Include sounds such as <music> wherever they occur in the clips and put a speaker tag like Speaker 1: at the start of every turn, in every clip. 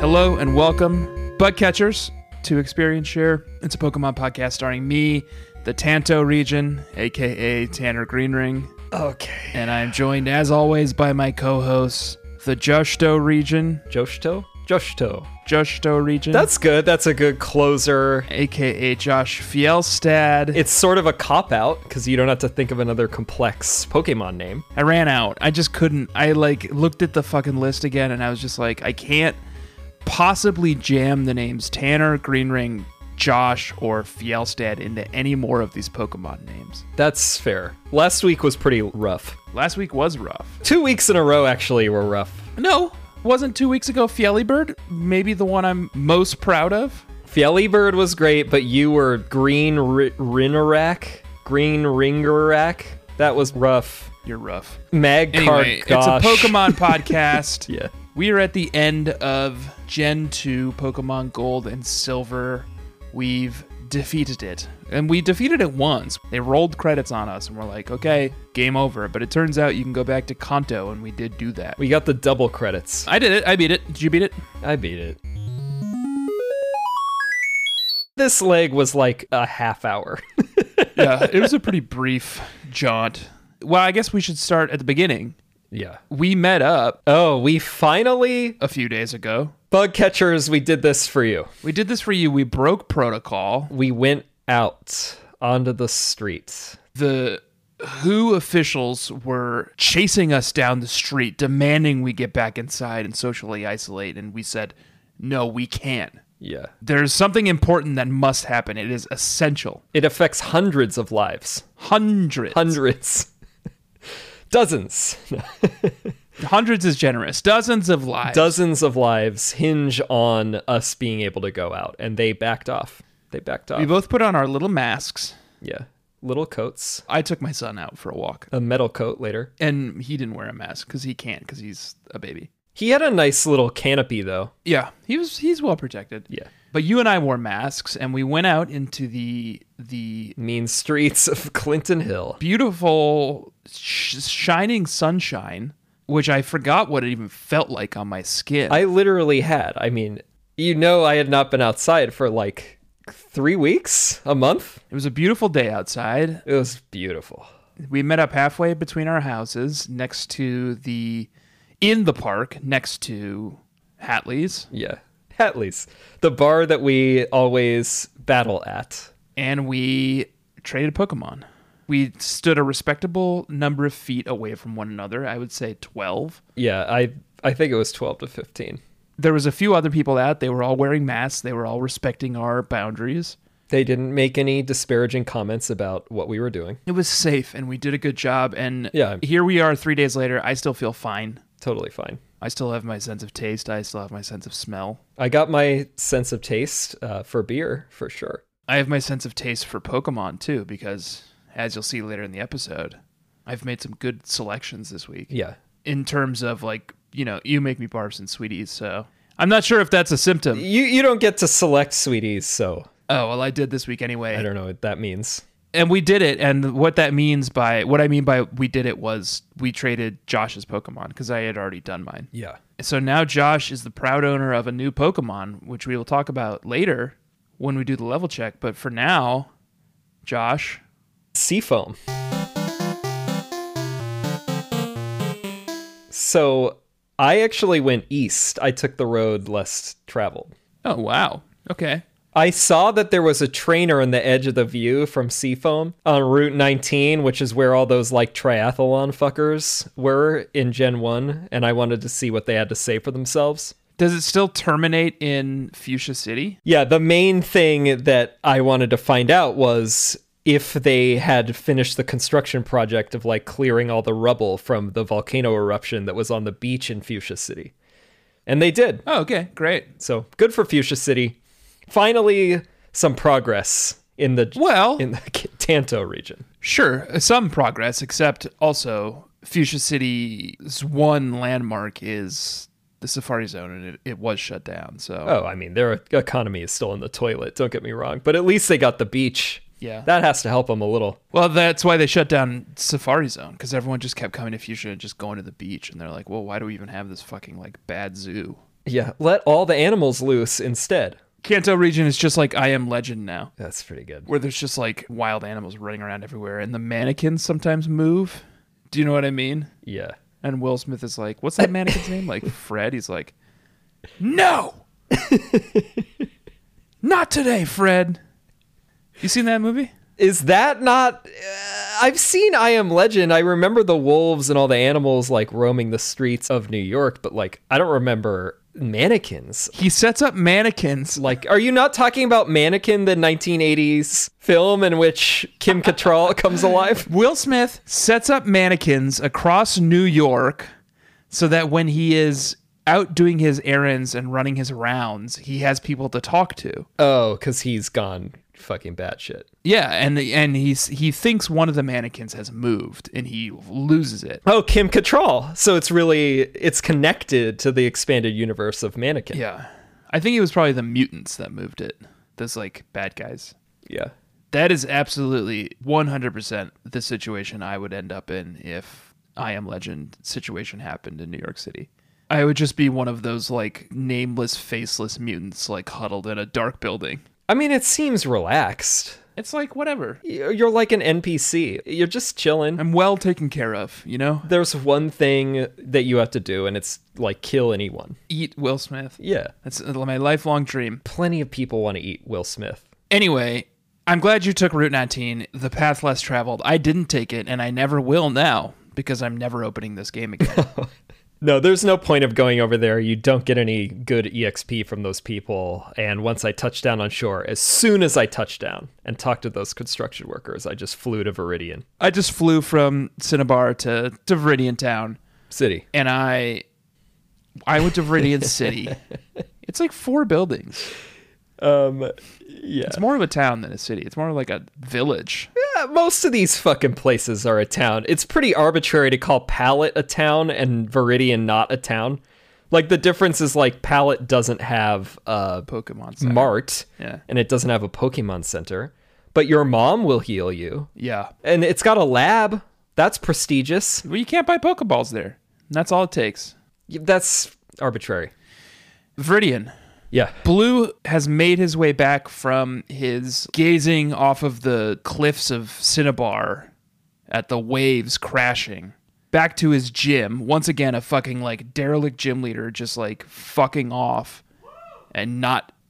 Speaker 1: Hello and welcome, Bud Catchers, to Experience Share. It's a Pokemon podcast starring me, the Tanto region, aka Tanner Greenring,
Speaker 2: Okay.
Speaker 1: and I'm joined as always by my co-hosts, the Jushto region,
Speaker 2: Joshto? Joshto.
Speaker 1: Jushto region,
Speaker 2: That's good. That's a good closer.
Speaker 1: aka Josh Fielstad.
Speaker 2: It's sort of a cop out because you don't have to think of another complex Pokemon name.
Speaker 1: I ran out. I just couldn't. I like looked at the fucking list again, and I was just like, I can't possibly jam the names Tanner, Greenring, Josh, or Fielstad into any more of these Pokemon names.
Speaker 2: That's fair. Last week was pretty rough.
Speaker 1: Last week was rough.
Speaker 2: Two weeks in a row actually were rough.
Speaker 1: No, wasn't two weeks ago Fielibird maybe the one I'm most proud of?
Speaker 2: Bird was great, but you were Green R- Rinarak? Green Ringerack? That was rough.
Speaker 1: You're rough.
Speaker 2: Magcart.
Speaker 1: Anyway, it's a Pokemon podcast.
Speaker 2: Yeah.
Speaker 1: We are at the end of Gen 2 Pokemon Gold and Silver. We've defeated it. And we defeated it once. They rolled credits on us and we're like, okay, game over. But it turns out you can go back to Kanto and we did do that.
Speaker 2: We got the double credits.
Speaker 1: I did it. I beat it. Did you beat it?
Speaker 2: I beat it. This leg was like a half hour. <laughs>
Speaker 1: yeah, it was a pretty brief jaunt. Well, I guess we should start at the beginning.
Speaker 2: yeah.
Speaker 1: We met up
Speaker 2: Oh, we finally
Speaker 1: a few days ago.
Speaker 2: bug catchers, we did this for you.
Speaker 1: We did this for you. We broke protocol.
Speaker 2: We went out onto the street.
Speaker 1: the WHO officials were chasing us down the street, demanding we get back inside and socially isolate. And we said, no, we can't.
Speaker 2: Yeah.
Speaker 1: There's something important that must happen. It is essential.
Speaker 2: It affects hundreds of lives.
Speaker 1: Hundreds.
Speaker 2: Hundreds. <laughs> Dozens.
Speaker 1: Hundreds is generous. Dozens of lives.
Speaker 2: Dozens of lives hinge on us being able to go out and they backed off. They backed
Speaker 1: we
Speaker 2: off.
Speaker 1: both put on our little masks.
Speaker 2: Yeah. Little coats.
Speaker 1: I took my son out for a walk,
Speaker 2: A metal coat later.
Speaker 1: and he didn't wear a mask because he can't because he's a baby.
Speaker 2: He had a nice little canopy though.
Speaker 1: Yeah, he was. He's well protected.
Speaker 2: Yeah.
Speaker 1: But you and I wore masks, and we went out into the the
Speaker 2: mean streets of Clinton Hill.
Speaker 1: beautiful sh- shining sunshine which i forgot what it even felt like on my skin
Speaker 2: I literally had. I mean, you know, I had not been outside for like three weeks, a month.
Speaker 1: it was a beautiful day outside
Speaker 2: It was beautiful.
Speaker 1: we met up halfway between our houses next to the in the park next to hatley's
Speaker 2: Yeah. Hatley's, the bar that we always battle at.
Speaker 1: and we traded pokemon we stood a respectable number of feet away from one another i would say 12
Speaker 2: Yeah, I I think it was twelve to fifteen.
Speaker 1: there was a few other people out they were all wearing masks they were all respecting our boundaries
Speaker 2: They didn't make any disparaging comments about what we were doing.
Speaker 1: It was safe, and we did a good job. And
Speaker 2: Yeah.
Speaker 1: here we are, three days later. I still feel fine.
Speaker 2: Totally fine.
Speaker 1: I still have my sense of taste. I still have my sense of smell.
Speaker 2: I got my sense of taste uh, for beer for sure.
Speaker 1: I have my sense of taste for Pokemon too, because as you'll see later in the episode, I've made some good selections this week
Speaker 2: Yeah,
Speaker 1: in terms of like you know you make me barfs and sweeties. So I'm not sure if that's a symptom.
Speaker 2: you you don't get to select sweeties, so
Speaker 1: Oh well, I did this week
Speaker 2: I
Speaker 1: anyway,
Speaker 2: don't know what that means.
Speaker 1: and we did it. And what that means by what I mean by we did it was we traded Josh's Pokemon because I had already done mine.
Speaker 2: Yeah,
Speaker 1: So now Josh is the proud owner of a new Pokemon, which we will talk about later when we do the level check. But for now, Josh,
Speaker 2: Seafoam. So I actually went east. I took the road less traveled.
Speaker 1: oh, wow. Okay.
Speaker 2: I saw that there was a trainer on the edge of the view from Seafoam on Route 19, which is where all those like triathlon fuckers were in Gen 1, and I wanted to see what they had to say for themselves.
Speaker 1: Does it still terminate in Fuchsia City?
Speaker 2: Yeah, the main thing that I wanted to find out was if they had finished the construction project of like clearing all the rubble from the volcano eruption that was on the beach in Fuchsia City. And they did.
Speaker 1: Oh, okay. Great.
Speaker 2: So good for Fuchsia City. Finally, some progress in the
Speaker 1: Well,
Speaker 2: in the Tanto region.
Speaker 1: sure. Some progress, except also Fuchsia City's one landmark is the Safari Zone, and it, it was shut down. So,
Speaker 2: Oh, I mean, their economy is still in the toilet. Don't get me wrong, but at least they got the beach.
Speaker 1: Yeah.
Speaker 2: that has to help them a little.
Speaker 1: well, that's why they shut down Safari Zone because everyone just kept coming to Fuchsia and just going to the beach. And they're like, well, why do we even have this fucking like bad zoo?
Speaker 2: Yeah, let all the animals loose instead.
Speaker 1: Kanto region is just like I Am Legend now,
Speaker 2: That's pretty good.
Speaker 1: where there's just like wild animals running around everywhere, and the mannequins sometimes move. Do you know what I mean?
Speaker 2: Yeah.
Speaker 1: And Will Smith is like, "What's that mannequin's name?" Like Fred. He's like, "No, not today, Fred." You seen that movie?
Speaker 2: Is that not? Uh, I've seen I Am Legend. I remember the wolves and all the animals like roaming the streets of New York, but like I don't remember mannequins.
Speaker 1: He sets up mannequins.
Speaker 2: Like, are you not talking about Mannequin, the 1980s film in which Kim Cattrall <laughs> comes alive?
Speaker 1: Will Smith sets up mannequins across New York so that when he is out doing his errands and running his rounds, he has people to talk to.
Speaker 2: Oh, because he's gone fucking batshit.
Speaker 1: Yeah, and and he's he thinks one of the mannequins has moved and he loses it.
Speaker 2: Oh, Kim Cattrall. So it's really it's connected to the expanded universe of Mannequin.
Speaker 1: Yeah. I think it was probably the mutants that moved it. Those like bad guys.
Speaker 2: yeah.
Speaker 1: That is absolutely 100% the situation I would end up in if I Am Legend situation happened in New York City. I would just be one of those like nameless, faceless mutants like huddled in a dark building.
Speaker 2: I mean, it seems relaxed.
Speaker 1: It's like whatever.
Speaker 2: You're you're like an NPC. You're just chilling.
Speaker 1: I'm well taken care of, you know?
Speaker 2: There's one thing that you have to do, and it's like kill anyone.
Speaker 1: Eat Will Smith.
Speaker 2: Yeah.
Speaker 1: That's my lifelong dream.
Speaker 2: Plenty of people want to eat Will Smith.
Speaker 1: Anyway, I'm glad you took Route 19, the path less traveled. I didn't take it and I never will now because I'm never opening this game again.
Speaker 2: No, there's no point of going over there. You don't get any good EXP from those people. And once I touched down on shore, as soon as I touched down and talked to those construction workers, I just flew to Viridian
Speaker 1: I just flew from Cinnabar to, to Viridian Town.
Speaker 2: City.
Speaker 1: and I I went to Viridian City. It's like four buildings.
Speaker 2: Um, yeah.
Speaker 1: It's more of a town than a city. It's more like a village.
Speaker 2: Yeah, uh, most of these fucking places are a town. It's pretty arbitrary to call Palette a town and Viridian not a town. Like the difference is like Palette doesn't have uh, a
Speaker 1: Pokemon.
Speaker 2: <laughs>
Speaker 1: Center.
Speaker 2: mart
Speaker 1: Yeah.
Speaker 2: and it doesn't have a Pokemon center, but your mom will heal you.
Speaker 1: Yeah.
Speaker 2: And it's got a lab. That's prestigious.
Speaker 1: Well, you can't buy Pokeballs there. And that's all it takes.
Speaker 2: That's arbitrary.
Speaker 1: Viridian.
Speaker 2: Yeah.
Speaker 1: Blue has made his way back from his gazing off of the cliffs of Cinnabar at the waves crashing back to his gym. Once again, a fucking like derelict gym leader just like fucking off and not. <laughs>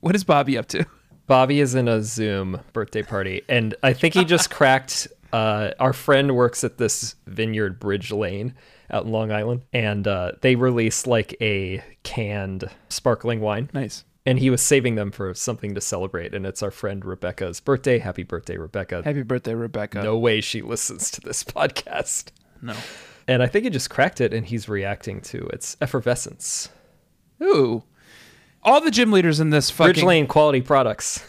Speaker 1: What is Bobby up to? <laughs>
Speaker 2: Bobby is in a Zoom birthday party, and I think he just cracked. Uh, our friend works at this vineyard Bridge Lane out in Long Island, and uh, they release like a canned sparkling wine.
Speaker 1: Nice.
Speaker 2: And he was saving them for something to celebrate, and it's our friend Rebecca's birthday. Happy birthday, Rebecca.
Speaker 1: Happy birthday, Rebecca.
Speaker 2: No way she listens to this podcast.
Speaker 1: No.
Speaker 2: And I think he just cracked it, and he's reacting to its effervescence.
Speaker 1: Ooh. All the gym leaders in this fucking.
Speaker 2: Bridge Lane quality products.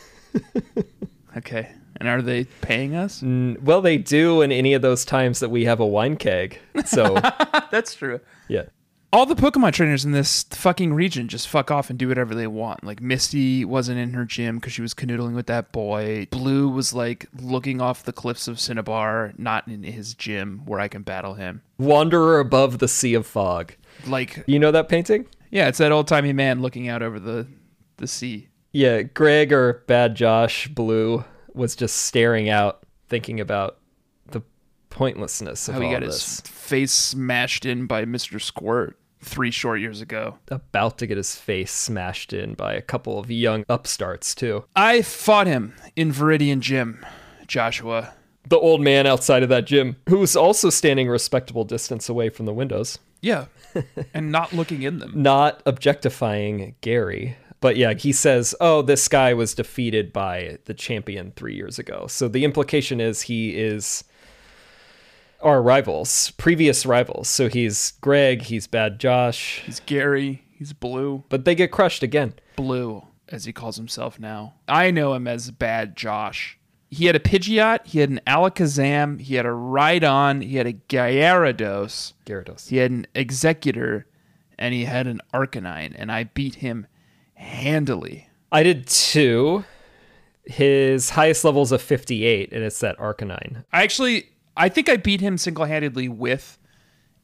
Speaker 1: Okay. And are they paying us?
Speaker 2: Mm, Well, they do in any of those times that we have a wine keg.
Speaker 1: <laughs>
Speaker 2: So,
Speaker 1: <laughs> That's true.
Speaker 2: yeah.
Speaker 1: All the Pokemon trainers in this fucking region just fuck off and do whatever they want. Like Misty wasn't in her gym because she was canoodling with that boy. Blue was like looking off the cliffs of Cinnabar, not in his gym where I can battle him.
Speaker 2: Wanderer above the sea of fog.
Speaker 1: Like,
Speaker 2: You know that painting?
Speaker 1: yeah, it's that old timey man looking out over the the sea.
Speaker 2: Yeah, Greg or Bad Josh Blue was just staring out, thinking about the pointlessness of
Speaker 1: How he
Speaker 2: all
Speaker 1: got his
Speaker 2: this.
Speaker 1: face smashed in by Mr. Squirt three short years ago.
Speaker 2: About to get his face smashed in by a couple of young upstarts, too.
Speaker 1: I fought him in Viridian Gym, Joshua.
Speaker 2: The old man outside of that gym, who was also standing a respectable distance away from the windows.
Speaker 1: Yeah. and not looking in them.
Speaker 2: not objectifying Gary, but yeah, he says, "Oh, this guy was defeated by the champion 3 years ago." So the implication is he is our rivals, previous rivals. So he's Greg, he's Bad Josh,
Speaker 1: He's Gary. He's blue.
Speaker 2: but they get crushed again.
Speaker 1: Blue, as he calls himself now. I know him as Bad Josh. He had a Pidgeot, he had an Alakazam, he had a Rhydon, he had a Gyarados,
Speaker 2: Gyarados.
Speaker 1: he had an Executor, and he had an Arcanine, and I beat him handily.
Speaker 2: I did 2. His highest level is a 58 and it's that Arcanine.
Speaker 1: I actually, I think I beat him single handedly with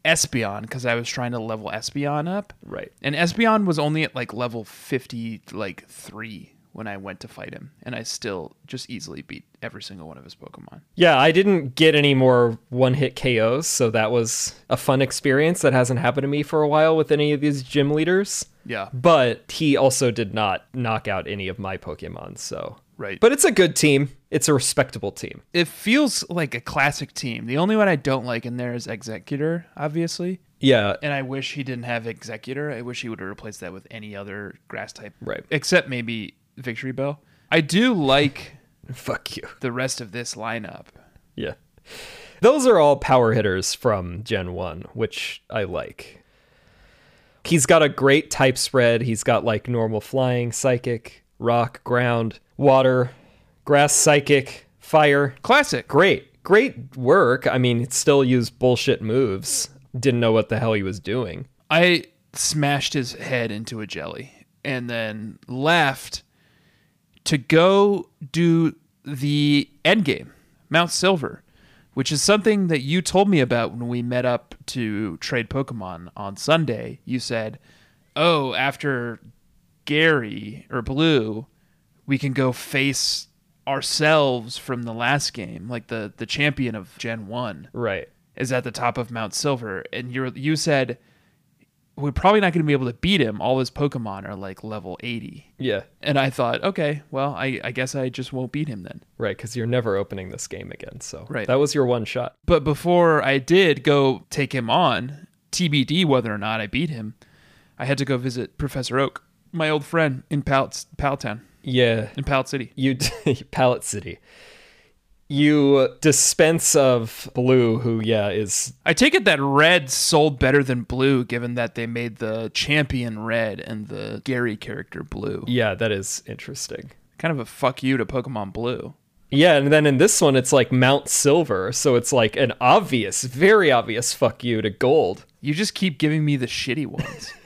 Speaker 1: Espeon because I was trying to level Espeon up.
Speaker 2: Right.
Speaker 1: And Espeon was only at like level 50, like three when I went to fight him. And I still just easily beat every single one of his Pokemon.
Speaker 2: Yeah, I didn't get any more one hit KOs, so that was a fun experience that hasn't happened to me for a while with any of these gym leaders.
Speaker 1: Yeah.
Speaker 2: But he also did not knock out any of my Pokemon, so.
Speaker 1: Right.
Speaker 2: But it's a good team. It's a respectable team.
Speaker 1: It feels like a classic team. The only one I don't like in there is Executor, obviously.
Speaker 2: Yeah.
Speaker 1: And I wish he didn't have Executor. I wish he would have replaced that with any other grass type.
Speaker 2: Right.
Speaker 1: Except maybe Victory Bell. I do like
Speaker 2: Fuck you.
Speaker 1: the rest of this lineup.
Speaker 2: Yeah. Those are all power hitters from Gen 1, which I like. He's got a great type spread. He's got like normal flying, psychic, rock, ground, water, grass, psychic, fire.
Speaker 1: Classic.
Speaker 2: Great. Great work. I mean, it still used bullshit moves. Didn't know what the hell he was doing.
Speaker 1: I smashed his head into a jelly and then left to go do the end game, Mount Silver, which is something that you told me about when we met up to trade Pokemon on Sunday. You said, "Oh, after Gary or Blue, we can go face ourselves from the last game, like the the champion of Gen 1."
Speaker 2: Right.
Speaker 1: is at the top of Mount Silver, and you you said we're probably not going to be able to beat him. All his Pokemon are like level eighty,
Speaker 2: Yeah.
Speaker 1: and I thought, okay, well, I, I guess I just won't beat him then.
Speaker 2: Right. Because you're never opening this game again. So
Speaker 1: Right.
Speaker 2: that was your one shot.
Speaker 1: But before I did go take him on, TBD whether or not I beat him, I had to go visit Professor Oak, my old friend in Palts Paltown
Speaker 2: Yeah.
Speaker 1: in Palt City.
Speaker 2: you <laughs> pallet city you dispense of blue who yeah is
Speaker 1: I take it that red sold better than blue, given that they made the champion red and the Gary character blue.
Speaker 2: yeah that is interesting
Speaker 1: Kind of a fuck you to Pokemon Blue.
Speaker 2: yeah and then in this one it's like mount silver so it's like an obvious very obvious fuck you to gold
Speaker 1: You just keep giving me the shitty ones. <laughs>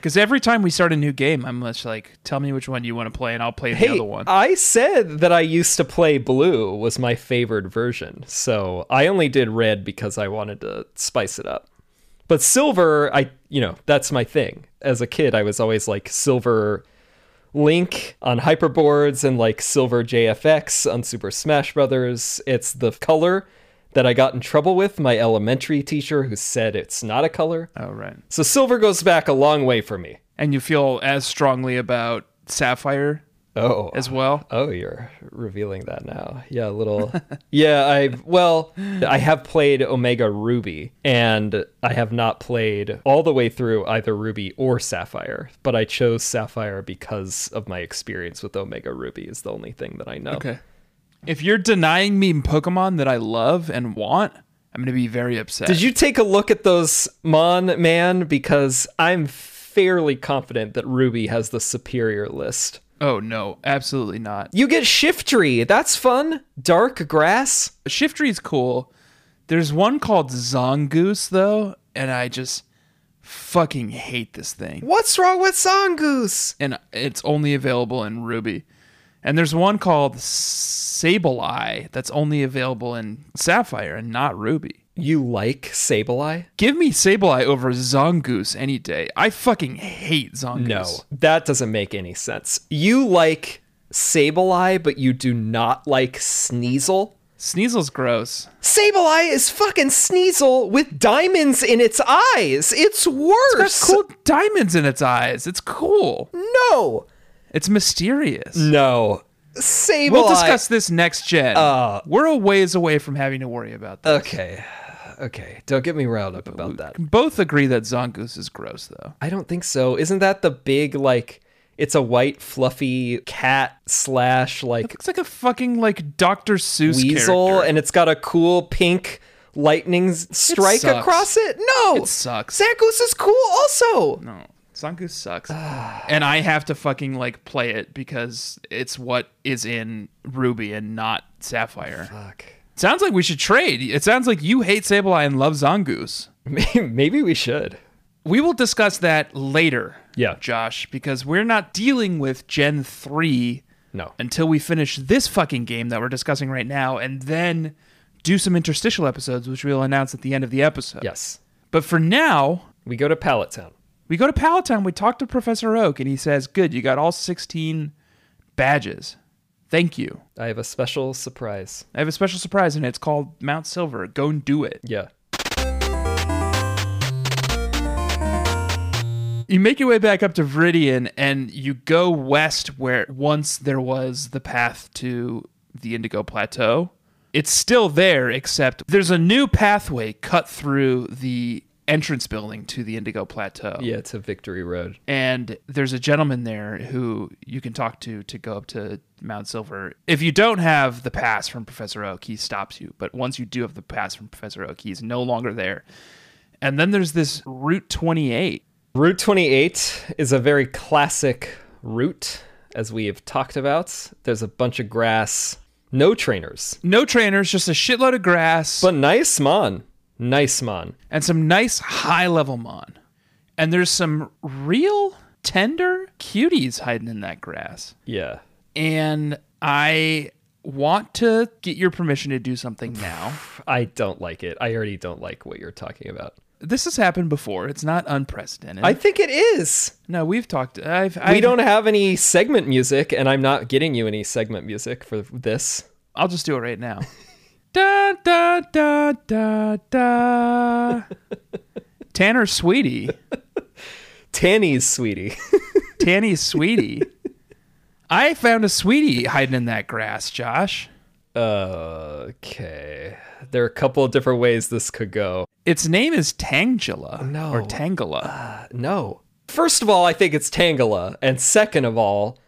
Speaker 1: Because every time we start a new game, I'm just like, tell me which one you want to play, and I'll play the
Speaker 2: hey uh,
Speaker 1: other one.
Speaker 2: i said that i used to play blue was my favored version so i only did red because i wanted to spice it up but silver i you know that's my thing as a kid i was always like silver Link on hyperboards and like Silver JFX on Super Smash Brothers. It's the color that I got in trouble with my elementary teacher who said it's not a color.
Speaker 1: oh, right.
Speaker 2: So silver goes back a long way for me.
Speaker 1: And you feel as strongly about Sapphire
Speaker 2: Oh.
Speaker 1: as well?
Speaker 2: Oh, you're revealing that now. Yeah, a little. yeah, I well, I have played Omega Ruby and I have not played all the way through either Ruby or Sapphire, but I chose Sapphire because of my experience with Omega Ruby is the only thing that I know.
Speaker 1: Okay. If you're denying me Pokemon that I love and want, I'm going to be very upset.
Speaker 2: Did you take a look at those Mon man because I'm fairly confident that Ruby has the superior list.
Speaker 1: oh, no, absolutely not.
Speaker 2: You get Shiftry. That's fun. Dark grass.
Speaker 1: Shiftry's cool. There's one called Zongoose, though, and I just fucking hate this thing.
Speaker 2: What's wrong with Songoose?
Speaker 1: and it's only available in Ruby. And there's one called Sableye that's only available in Sapphire and not Ruby.
Speaker 2: You like Sableye?
Speaker 1: Give me Sableye over Zongoose any day. I fucking hate Zongoose.
Speaker 2: That doesn't make any sense. You like Sableye, but you do not like Sneasel?
Speaker 1: Sneasel's gross.
Speaker 2: Sableye is fucking Sneasel with diamonds in its eyes. It's
Speaker 1: There's
Speaker 2: worse.
Speaker 1: cool diamonds in its eyes. It's cool.
Speaker 2: No.
Speaker 1: It's mysterious.
Speaker 2: Mm. No. Sableye.
Speaker 1: We'll discuss this next gen.
Speaker 2: Uh,
Speaker 1: We're a ways away from having to worry about that.
Speaker 2: Okay. Okay. Don't get me riled up about that.
Speaker 1: Both agree that Zongoose is gross, though.
Speaker 2: I don't think so. Isn't that the big, like, it's a white, fluffy cat slash, like,
Speaker 1: Looks like a fucking like Dr. Seuss
Speaker 2: weasel
Speaker 1: character.
Speaker 2: and it's got a cool pink lightning s- strike
Speaker 1: sucks.
Speaker 2: across it. No,
Speaker 1: It sucks.
Speaker 2: Zangoose is cool also.
Speaker 1: No. Zanku
Speaker 2: <sighs>
Speaker 1: sucks. and I have to fucking like play it because it's what is in Ruby and not Sapphire.
Speaker 2: Fuck. <laughs>
Speaker 1: Sounds like we should trade. It sounds like you hate Sableye and love Zangoose.
Speaker 2: Maybe, maybe we should.
Speaker 1: We will discuss that later.
Speaker 2: Yeah.
Speaker 1: Josh, because we're not dealing with Gen 3
Speaker 2: No.
Speaker 1: until we finish this fucking game that we're discussing right now and then do some interstitial episodes which we'll announce at the end of the episode.
Speaker 2: Yes.
Speaker 1: But for now,
Speaker 2: We go to Pallet Town.
Speaker 1: we go to Palatine, we talk to Professor Oak, and he says, Good, you got all 16 badges. Thank you.
Speaker 2: I have a special surprise.
Speaker 1: I have a special surprise, and it's called Mount Silver. Go and do it.
Speaker 2: Yeah.
Speaker 1: You make your way back up to Viridian, and you go west where once there was the path to the Indigo Plateau. It's still there, except there's a new pathway cut through the entrance building to the Indigo Plateau.
Speaker 2: Yeah, to Victory Road.
Speaker 1: and there's a gentleman there who you can talk to to go up to Mount Silver. If you don't have the pass from Professor Oak, he stops you. But once you do have the pass from Professor Oak, he's no longer there. And then there's this Route 28.
Speaker 2: Route 28 is a very classic route, as we have talked about. There's a bunch of grass, no trainers,
Speaker 1: No trainers, just a shitload of grass
Speaker 2: but nice mon. Nice mon.
Speaker 1: and some nice high level mon. And there's some real tender cuties hiding in that grass.
Speaker 2: Yeah.
Speaker 1: And I want to get your permission to do something now.
Speaker 2: I don't like it. I already don't like what you're talking about.
Speaker 1: This has happened before. It's not unprecedented.
Speaker 2: I think it is.
Speaker 1: no, we've talked. I've,
Speaker 2: We
Speaker 1: I
Speaker 2: don't have any segment music, and I'm not getting you any segment music for this.
Speaker 1: I'll just do it right
Speaker 2: <laughs>
Speaker 1: now. da da da da da. Tanner Sweetie,
Speaker 2: Tannies, sweetie. <laughs>
Speaker 1: Tanny Sweetie. I found a sweetie hiding in that grass, Josh.
Speaker 2: okay. There are a couple of different ways this could go.
Speaker 1: Its name is Tangela
Speaker 2: No.
Speaker 1: or Tangela.
Speaker 2: No. First of all, I think it's Tangela. And second of all,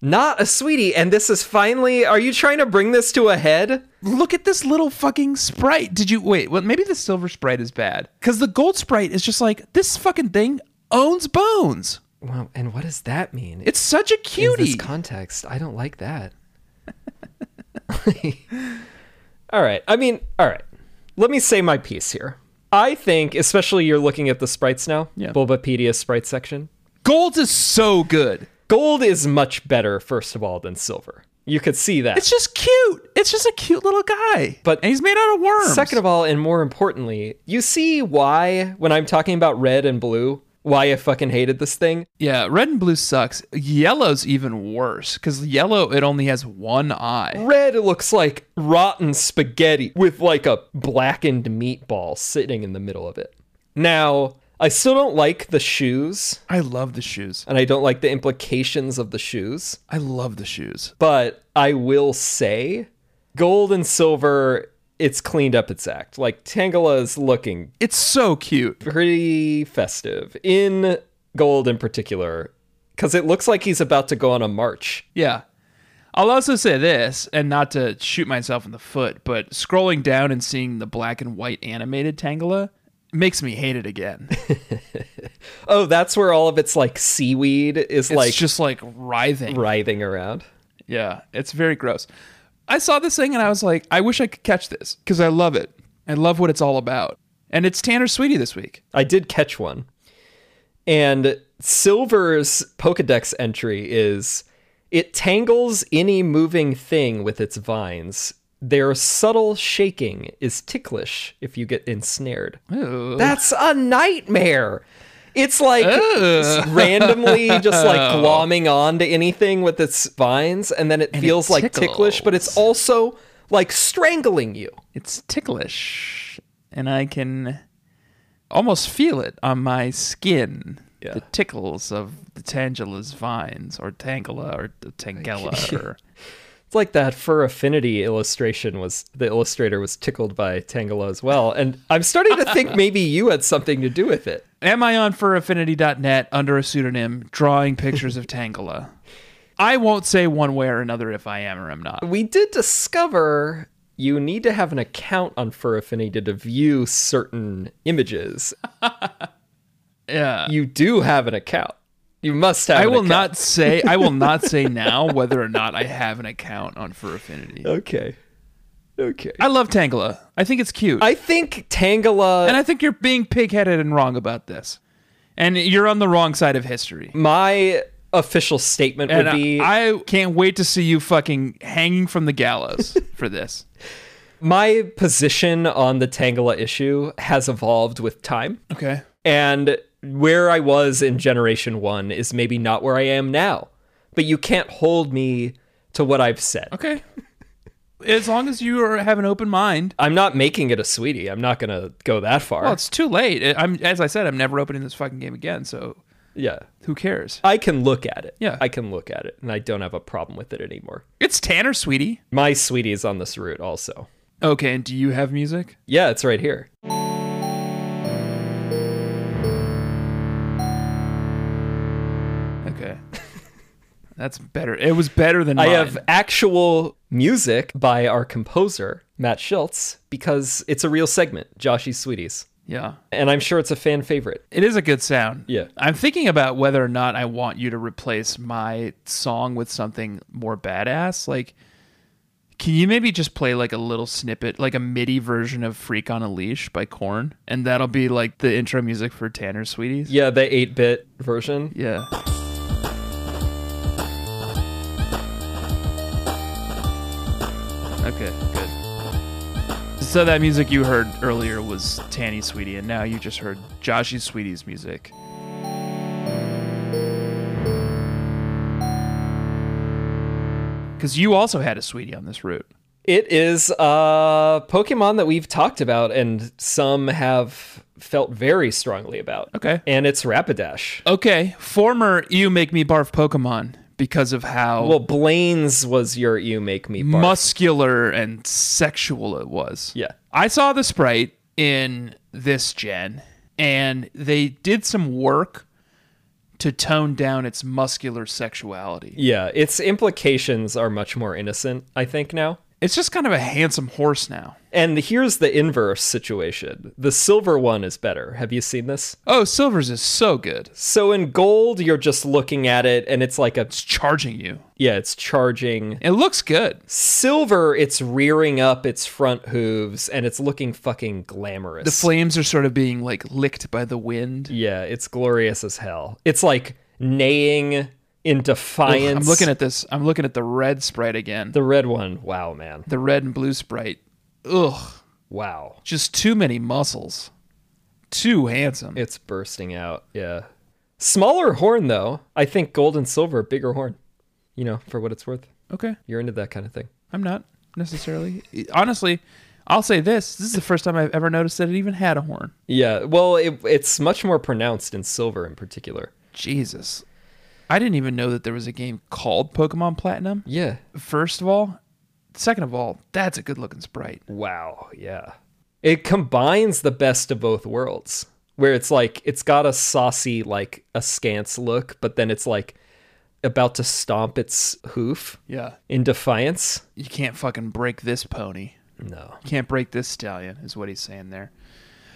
Speaker 2: not a sweetie. And this is finally. Are you trying to bring this to a head?
Speaker 1: Look at this little fucking sprite. Did you wait? Well, maybe the silver sprite is bad because the gold sprite is just like this fucking thing owns bones.
Speaker 2: Well, and what does that mean?
Speaker 1: It's such a
Speaker 2: In
Speaker 1: cutie.
Speaker 2: this context, I don't like that. <laughs> all right. I mean, all right. Let me say my piece here. I think, especially you're looking at the sprites now,
Speaker 1: Yeah.
Speaker 2: Bulbapedia sprite section.
Speaker 1: Gold is so good.
Speaker 2: Gold is much better, first of all, than silver. You could see that.
Speaker 1: It's just cute. It's just a cute little guy.
Speaker 2: But-
Speaker 1: and he's made out of worms.
Speaker 2: Second of all, and more importantly, you see why, when I'm talking about red and blue, why I fucking hated this thing?
Speaker 1: yeah, red and blue sucks. Yellow's even worse because yellow it only has one eye.
Speaker 2: Red looks like rotten spaghetti with like a blackened meatball sitting in the middle of it. Now, I still don't like the shoes,
Speaker 1: I love the shoes.
Speaker 2: and I don't like the implications of the shoes,
Speaker 1: I love the shoes.
Speaker 2: but I will say gold and silver, it's cleaned up its act. Like Tangela is looking
Speaker 1: It's so cute.
Speaker 2: pretty festive in gold in particular because it looks like he's about to go on a march
Speaker 1: Yeah. I'll also say this, and not to shoot myself in the foot, but scrolling down and seeing the black and white animated Tangela makes me hate it again.
Speaker 2: oh that's where all of its like seaweed is
Speaker 1: It's
Speaker 2: like
Speaker 1: just <laughs> like writhing.
Speaker 2: writhing around
Speaker 1: Yeah, it's very gross. I saw this thing and I was like, I wish I could catch this because I love it. I love what it's all about. And it's Tanner Sweetie this week.
Speaker 2: i did catch one and silver's pokedex entry is it tangles any moving thing with its vines their subtle shaking is ticklish if you get ensnared
Speaker 1: Ooh.
Speaker 2: That's a nightmare. It's like s- <laughs> randomly just <laughs> like glomming on to anything with its vines, and then it feels like ticklish, but it's also like strangling you.
Speaker 1: It's ticklish. And I can almost feel it on my skin.
Speaker 2: Yeah.
Speaker 1: The tickles of the Tangela's vines or Tangela or the Tangela. or, <laughs>
Speaker 2: It's like that fur affinity illustration was the illustrator was tickled by Tangela as well. And I'm starting to
Speaker 1: <laughs>
Speaker 2: think maybe you had something to do with it.
Speaker 1: Am I on furaffinity.net under a pseudonym drawing pictures of Tangela? I won't say one way or another if I am or am not.
Speaker 2: We did discover you need to have an account on Fur Affinity to view certain images.
Speaker 1: Yeah.
Speaker 2: You do have an account. You must have
Speaker 1: I
Speaker 2: an
Speaker 1: will
Speaker 2: account.
Speaker 1: not say I will not say now whether or not I have an account on Fur Affinity.
Speaker 2: Okay. Okay.
Speaker 1: I love Tangela. I think it's cute.
Speaker 2: I think Tangela,
Speaker 1: and I think you're being pigheaded and wrong about this. And you're on the wrong side of history.
Speaker 2: my official statement
Speaker 1: And
Speaker 2: would be <laughs>
Speaker 1: I, I can't wait to see you fucking hanging from the gallows for this.
Speaker 2: my position on the Tangela issue has evolved with time.
Speaker 1: Okay.
Speaker 2: And where I was in Generation 1 is maybe not where I am now. But you can't hold me to what I've said.
Speaker 1: Okay. As long as you are, have an open mind.
Speaker 2: I'm not making it a sweetie. I'm not going to go that far.
Speaker 1: Well, it's too late. I- I'm as I said, I'm never opening this fucking game again. So
Speaker 2: yeah.
Speaker 1: who cares?
Speaker 2: I can look at it.
Speaker 1: Yeah.
Speaker 2: I can look at it. And I don't have a problem with it anymore.
Speaker 1: It's Tanner, sweetie.
Speaker 2: My sweetie is on this route also.
Speaker 1: Okay. And do you have music?
Speaker 2: Yeah, it's right here.
Speaker 1: Okay. That's better. It was better than
Speaker 2: I
Speaker 1: mine.
Speaker 2: have actual music by our composer, Matt Schultz, because it's a real segment, Joshy's Sweeties.
Speaker 1: Yeah.
Speaker 2: And I'm sure it's a fan favorite.
Speaker 1: It is a good sound.
Speaker 2: Yeah.
Speaker 1: I'm thinking about whether or not I want you to replace my song with something more badass. Like, can you maybe just play like a little snippet, like a MIDI version of Freak on a Leash by Korn? And that'll be like the intro music for Tanner Sweeties.
Speaker 2: Yeah, the 8 bit version.
Speaker 1: Yeah. Okay, good. So that music you heard earlier was Tanny Sweetie, and now you just heard Joshy Sweetie's music. Because you also had a sweetie on this route.
Speaker 2: It is a Pokemon that we've talked about and some have felt very strongly about.
Speaker 1: Okay.
Speaker 2: And it's Rapidash.
Speaker 1: Okay, former You Make Me Barf Pokemon because of how
Speaker 2: Well, Blaine's was your You Make Me Bark.
Speaker 1: muscular and sexual it was.
Speaker 2: yeah.
Speaker 1: I saw the sprite in this gen, and they did some work to tone down its muscular sexuality.
Speaker 2: Yeah, its implications are much more innocent, I think, now.
Speaker 1: It's just kind of a handsome horse now.
Speaker 2: And here's the inverse situation. The silver one is better. Have you seen this?
Speaker 1: Oh, Silver's is so good.
Speaker 2: So in gold, you're just looking at it and it's like a,
Speaker 1: It's charging you.
Speaker 2: yeah, it's charging.
Speaker 1: It looks good.
Speaker 2: Silver, it's rearing up its front hooves and it's looking fucking glamorous.
Speaker 1: The flames are sort of being like licked by the wind.
Speaker 2: yeah, it's glorious as hell. It's like neighing in defiance.
Speaker 1: I'm looking at this. I'm looking at the red sprite again.
Speaker 2: the red one. Wow, man.
Speaker 1: The red and blue sprite. Ugh.
Speaker 2: Wow.
Speaker 1: Just too many muscles. Too handsome.
Speaker 2: It's bursting out. Yeah. Smaller horn, though. I think gold and silver, bigger horn. You know, for what it's worth.
Speaker 1: Okay.
Speaker 2: You're into that kind of thing.
Speaker 1: I'm not necessarily. Honestly, I'll say this: this is the first time I've ever noticed that it even had a horn.
Speaker 2: Yeah, well, it, it's much more pronounced in silver in particular.
Speaker 1: Jesus, I didn't even know that there was a game called Pokemon Platinum.
Speaker 2: Yeah.
Speaker 1: First of all, second of all, that's a good-looking sprite.
Speaker 2: Wow. Yeah. It combines the best of both worlds, where it's like, it's got a saucy, like, askance look, but then it's like about to stomp its hoof
Speaker 1: Yeah,
Speaker 2: in defiance.
Speaker 1: you can't fucking break this pony.
Speaker 2: No.
Speaker 1: You can't break this stallion, is what he's saying there.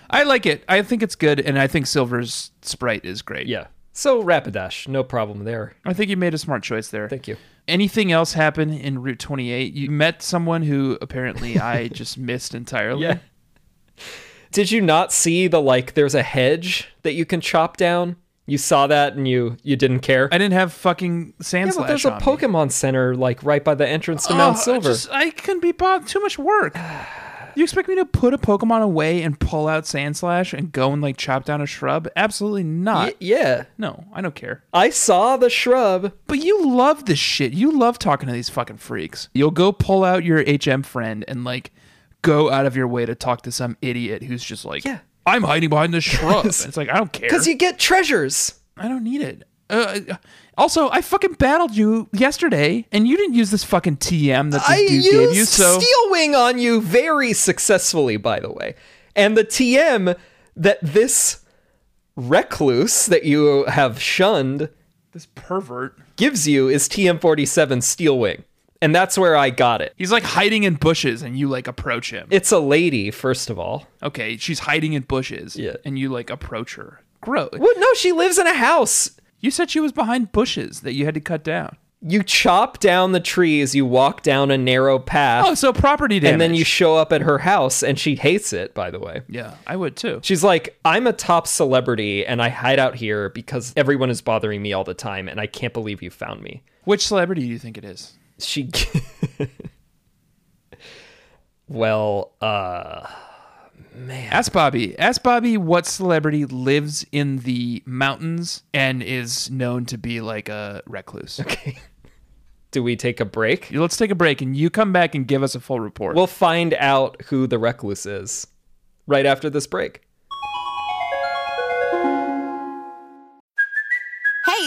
Speaker 1: I like it. I think it's good, and I think Silver's sprite is great.
Speaker 2: Yeah. So, Rapidash, no problem there.
Speaker 1: I think you made a smart choice there.
Speaker 2: Thank you.
Speaker 1: Anything else happen in Route 28? You met someone who apparently
Speaker 2: <laughs>
Speaker 1: I just missed entirely.
Speaker 2: Yeah. <laughs> Did you not see the like there's a hedge that you can chop down? You saw that and you you didn't care?
Speaker 1: I didn't have fucking sand
Speaker 2: yeah, but
Speaker 1: slash
Speaker 2: there's a
Speaker 1: on me.
Speaker 2: Pokemon Center like right by the entrance to
Speaker 1: Oh,
Speaker 2: Mount
Speaker 1: I
Speaker 2: Silver.
Speaker 1: just- I, couldn't be bothered. Too much
Speaker 2: <sighs>
Speaker 1: work. You expect me to put a Pokemon away and pull out Sand Slash and go and like chop down a shrub? Absolutely not.
Speaker 2: Y- yeah.
Speaker 1: no, I don't care.
Speaker 2: I saw the shrub.
Speaker 1: But you love this shit. You love talking to these fucking freaks. You'll go pull out your HM friend and like go out of your way to talk to some idiot who's just like,
Speaker 2: Yeah.
Speaker 1: I'm hiding behind this
Speaker 2: <laughs>
Speaker 1: shrub. And it's like I don't care.
Speaker 2: Because you get treasures.
Speaker 1: I don't need it. Uh, also, I fucking battled you yesterday, and you didn't use this fucking TM that this
Speaker 2: I
Speaker 1: dude
Speaker 2: used
Speaker 1: gave you. So
Speaker 2: Steel Wing on you very successfully, by the way. And the TM that this recluse that you have shunned
Speaker 1: this pervert,
Speaker 2: gives you is TM47 Steel Wing. And that's where I got it.
Speaker 1: he's like hiding in bushes, and you like approach him.
Speaker 2: It's a lady, first of all.
Speaker 1: Okay, she's hiding in bushes,
Speaker 2: Yeah.
Speaker 1: and you like approach her. Gross.
Speaker 2: What? No, she lives in a house.
Speaker 1: You said she was behind bushes that you had to cut down.
Speaker 2: You chop down the trees, you walk down a narrow path,
Speaker 1: Oh, so property damage.
Speaker 2: and then you show up at her house, and she hates it, by the way.
Speaker 1: yeah, I would too.
Speaker 2: She's like, I'm a top celebrity, and I hide out here because everyone is bothering me all the time, and I can't believe you found me.
Speaker 1: Which celebrity do you think it is?
Speaker 2: She. <laughs> Well, uh, man.
Speaker 1: Ask Bobby. Ask Bobby what celebrity lives in the mountains and is known to be like a recluse.
Speaker 2: Okay. Do we take a break?
Speaker 1: Let's take a break and you come back and give us a full report.
Speaker 2: We'll find out who the recluse is right after this break.
Speaker 3: Hey,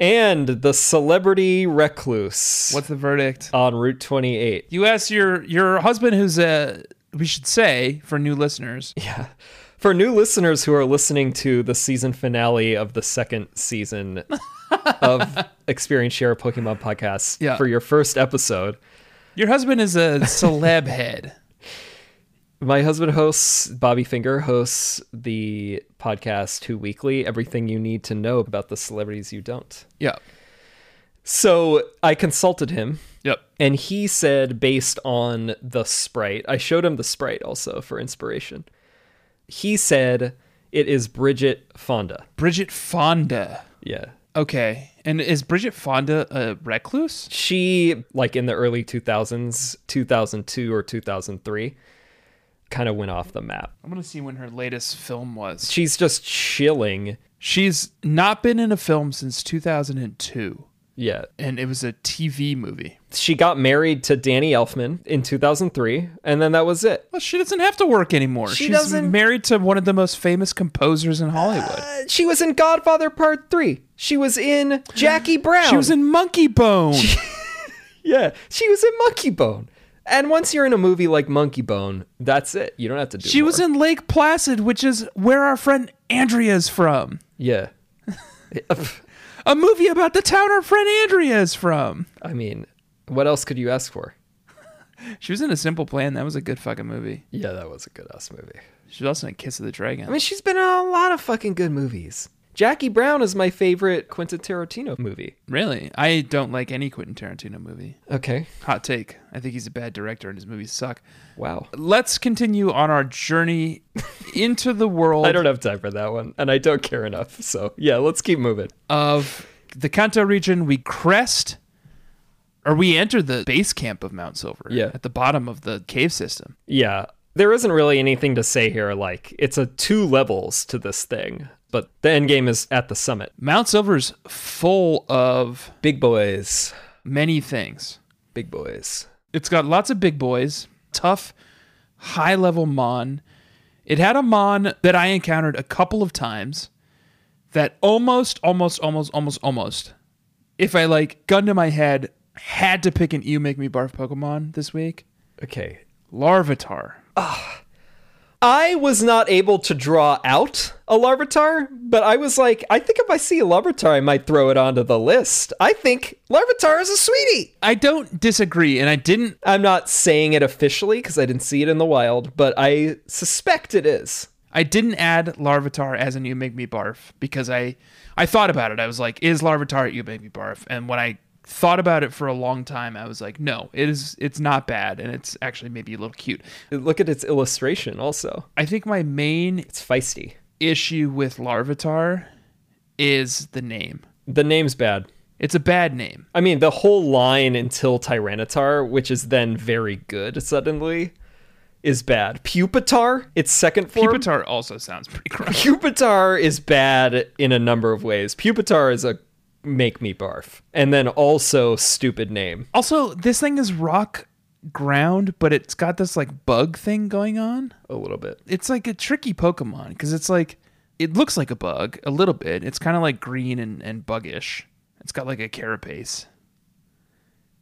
Speaker 2: And the celebrity recluse
Speaker 1: What's the verdict?
Speaker 2: on Route 28.
Speaker 1: You ask your your husband who's a we should say for new
Speaker 2: <laughs>
Speaker 1: listeners.
Speaker 2: Yeah. For new listeners who are listening to the season finale of the second season
Speaker 1: <laughs>
Speaker 2: of Experience Share a Pokemon podcast
Speaker 1: Yeah.
Speaker 2: for your first episode,
Speaker 1: Your husband is a celeb
Speaker 2: <laughs>
Speaker 1: head.
Speaker 2: my husband hosts Bobby Finger hosts the podcast Two Weekly, everything you need to know about the celebrities you don't.
Speaker 1: Yeah.
Speaker 2: So I consulted him
Speaker 1: Yep.
Speaker 2: and he said based on the sprite i showed him the sprite also for inspiration he said it is bridget fonda
Speaker 1: Bridget Fonda.
Speaker 2: yeah
Speaker 1: Okay. And is Bridget Fonda a recluse?
Speaker 2: she like in the early 2000s 2002 or 2003 kind of went off the map
Speaker 1: I'm going to see when her latest film was.
Speaker 2: she's just chilling
Speaker 1: She's not been in a film since 2002,
Speaker 2: yeah
Speaker 1: and it was a TV movie.
Speaker 2: she got married to danny elfman in 2003 and then that was it
Speaker 1: Well, she doesn't have to work anymore.
Speaker 2: She
Speaker 1: She's
Speaker 2: doesn't-
Speaker 1: married to one of the most famous composers in Hollywood.
Speaker 2: Uh, she was in godfather part 3 she was in jackie
Speaker 1: <gasps>
Speaker 2: brown
Speaker 1: she was in Monkey Bone.
Speaker 2: Yeah, she was in Monkey Bone. And once you're in a movie like Monkey Bone, that's it. You don't have to do.
Speaker 1: she was
Speaker 2: more.
Speaker 1: in Lake Placid, which is where our friend Andrea is from.
Speaker 2: <laughs> Yeah.
Speaker 1: A movie about the town our friend Andrea is from.
Speaker 2: I mean, what else could you ask for?
Speaker 1: She was in A Simple Plan. That was a good fucking movie.
Speaker 2: Yeah, that was a good ass movie.
Speaker 1: She was also in Kiss of the Dragon.
Speaker 2: I mean, she's been in a lot of fucking good movies. Jackie Brown is my favorite Quentin Tarantino movie.
Speaker 1: really, I don't like any Quentin Tarantino movie.
Speaker 2: Okay.
Speaker 1: Hot take. I think he's a bad director and his movies suck.
Speaker 2: Wow.
Speaker 1: Let's continue on our
Speaker 2: <laughs>
Speaker 1: journey into the world
Speaker 2: I don't have time for that one, and I don't care enough. So yeah, let's keep moving.
Speaker 1: of the Kanto region. We crest or we enter the base camp of Mount Silver
Speaker 2: Yeah.
Speaker 1: at the bottom of the cave system.
Speaker 2: Yeah. There isn't really anything to say here. Like, it's a two levels to this thing, but the end game is at the summit.
Speaker 1: Mount Silver's full of
Speaker 2: Big boys.
Speaker 1: many things.
Speaker 2: Big boys.
Speaker 1: It's got lots of big boys, tough, high level Mon. It had a Mon that I encountered a couple of times that almost, almost, almost, almost, almost, if I like gun to my head, had to pick an You Make Me Barf Pokemon this week.
Speaker 2: Okay.
Speaker 1: Larvitar.
Speaker 2: I was not able to draw out a Larvitar, but I was like, I think if I see a Larvitar, I might throw it onto the list. I think Larvitar is a sweetie.
Speaker 1: I don't disagree, and I didn't.
Speaker 2: I'm not saying it officially because I didn't see it in the wild, but I suspect it is.
Speaker 1: I didn't add Larvitar as an You Make Me Barf because I, I thought about it. I was like, is Larvitar at You Make Me Barf? And when I thought about it for a long time, I was like, no, it is. It's not bad, and it's actually maybe a little cute.
Speaker 2: Look at its illustration also.
Speaker 1: I think my main
Speaker 2: It's feisty.
Speaker 1: issue with Larvitar is the name.
Speaker 2: The name's bad.
Speaker 1: It's a bad name.
Speaker 2: I mean, the whole line until Tyranitar, which is then very good suddenly, is bad. Pupitar, its second form.
Speaker 1: Pupitar also sounds pretty gross. <laughs>
Speaker 2: Pupitar is bad in a number of ways. Pupitar is a make me barf, and then also stupid name.
Speaker 1: Also, this thing is rock ground, but it's got this like bug thing going on.
Speaker 2: A little bit.
Speaker 1: it's like a tricky Pokemon because it's like it looks like a bug a little bit. It's kind of like green and, and buggish. It's got like a carapace.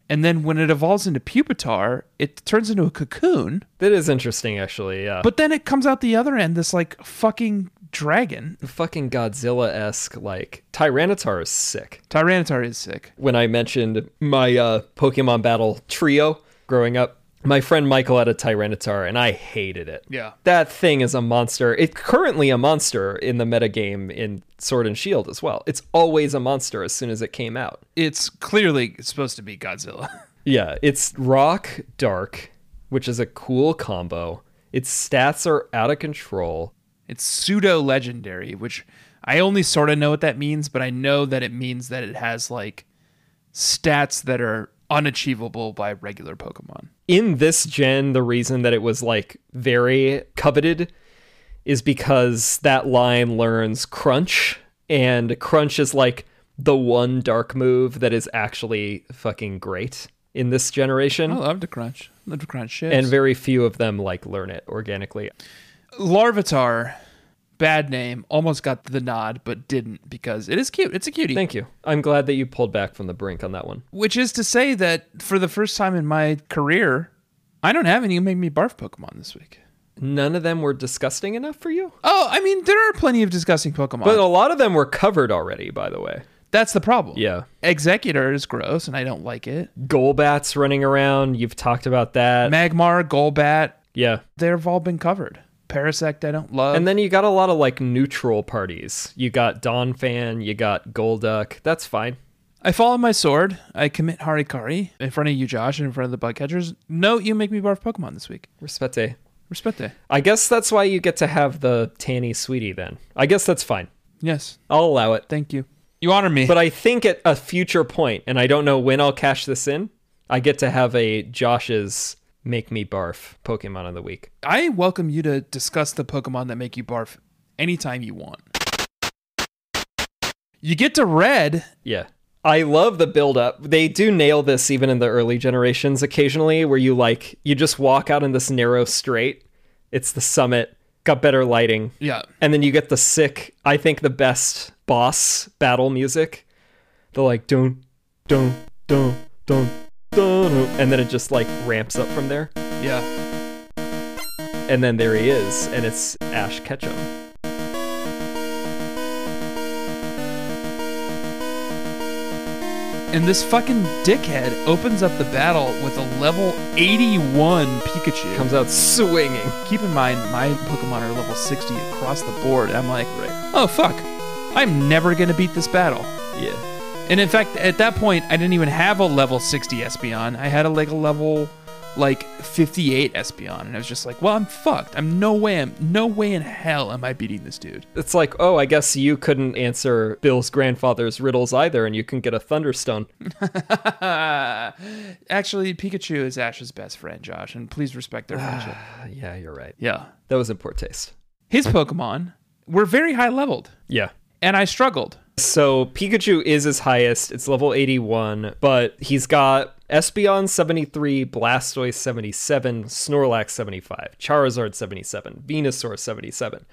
Speaker 1: And then when it evolves into Pupitar, it turns into a cocoon,
Speaker 2: That is interesting, actually. Yeah,
Speaker 1: but then it comes out the other end this like fucking dragon.
Speaker 2: fucking Godzilla esque. Like Tyranitar is sick.
Speaker 1: Tyranitar is sick.
Speaker 2: When I mentioned my uh, Pokemon battle trio growing up, my friend Michael had a Tyranitar, and I hated it.
Speaker 1: Yeah.
Speaker 2: That thing is a monster. It's currently a monster in the metagame in Sword and Shield as well. It's always a monster as soon as it came out.
Speaker 1: It's clearly supposed to be Godzilla. <laughs>
Speaker 2: Yeah, it's rock dark, which is a cool combo. Its stats are out of control.
Speaker 1: It's pseudo legendary, which I only sort of know what that means, but I know that it means that it has like stats that are unachievable by regular Pokemon.
Speaker 2: in this gen, the reason that it was like very coveted is because that line learns Crunch, and Crunch is like the one dark move that is actually fucking great in this generation.
Speaker 1: I love to crunch. Love to crunch shit.
Speaker 2: And very few of them like learn it organically.
Speaker 1: Larvitar, bad name, almost got the nod, but didn't because it is cute. It's a cutie.
Speaker 2: Thank you. I'm glad that you pulled back from the brink on that one.
Speaker 1: Which is to say that for the first time in my career, I don't have any make me barf Pokemon this week.
Speaker 2: None of them were disgusting enough for you?
Speaker 1: Oh, I mean, there are plenty of disgusting Pokemon.
Speaker 2: But a lot of them were covered already, by the way.
Speaker 1: That's the problem.
Speaker 2: Yeah.
Speaker 1: Executor is gross and I don't like it.
Speaker 2: Golbats running around, you've talked about that.
Speaker 1: Magmar, Golbat,
Speaker 2: yeah.
Speaker 1: they've all been covered. Parasect, I don't love.
Speaker 2: And then you got a lot of like neutral parties. You got Don Fan, you got Golduck. That's fine.
Speaker 1: I fall on my sword. I commit Harikari in front of you, Josh, and in front of the bug catchers. No, you make me barf Pokemon this week.
Speaker 2: Respete.
Speaker 1: Respete.
Speaker 2: I guess that's why you get to have the Tanny Sweetie then. I guess that's fine.
Speaker 1: Yes.
Speaker 2: I'll allow it.
Speaker 1: Thank you. You honor me.
Speaker 2: But I think at a future point, and I don't know when I'll cash this in, I get to have a Josh's Make Me Barf Pokemon of the Week.
Speaker 1: I welcome you to discuss the Pokemon that make you barf anytime you want. You get to red.
Speaker 2: Yeah. I love the build up. They do nail this even in the early generations occasionally where you like you just walk out in this narrow straight. It's the summit, got better lighting.
Speaker 1: Yeah.
Speaker 2: And then you get the sick, I think the best boss battle music. The like don't don't don't don't don't and then it just like ramps up from there.
Speaker 1: Yeah.
Speaker 2: And then there he is and it's Ash Ketchum.
Speaker 1: And this fucking dickhead opens up the battle with a level 81 Pikachu.
Speaker 2: Comes out swinging.
Speaker 1: Keep in mind, my Pokemon are level 60 across the board. I'm like, oh fuck, I'm never gonna beat this battle.
Speaker 2: Yeah.
Speaker 1: And in fact, at that point, I didn't even have a level 60 Espeon. I had a like a level like 58 Espeon, and I was just like, well, I'm fucked. I'm no way, I'm no way in hell am I beating this dude.
Speaker 2: It's like, oh, I guess you couldn't answer Bill's grandfather's riddles either, and you can get a Thunderstone.
Speaker 1: Actually, Pikachu is Ash's best friend, Josh, and please respect their friendship.
Speaker 2: Uh, yeah, you're right.
Speaker 1: Yeah,
Speaker 2: That was in poor taste.
Speaker 1: his Pokemon were very high leveled,
Speaker 2: Yeah.
Speaker 1: and I struggled.
Speaker 2: So Pikachu is his highest. It's level 81, but he's got Espeon 73, Blastoise 77, Snorlax 75, Charizard 77, Venusaur 77.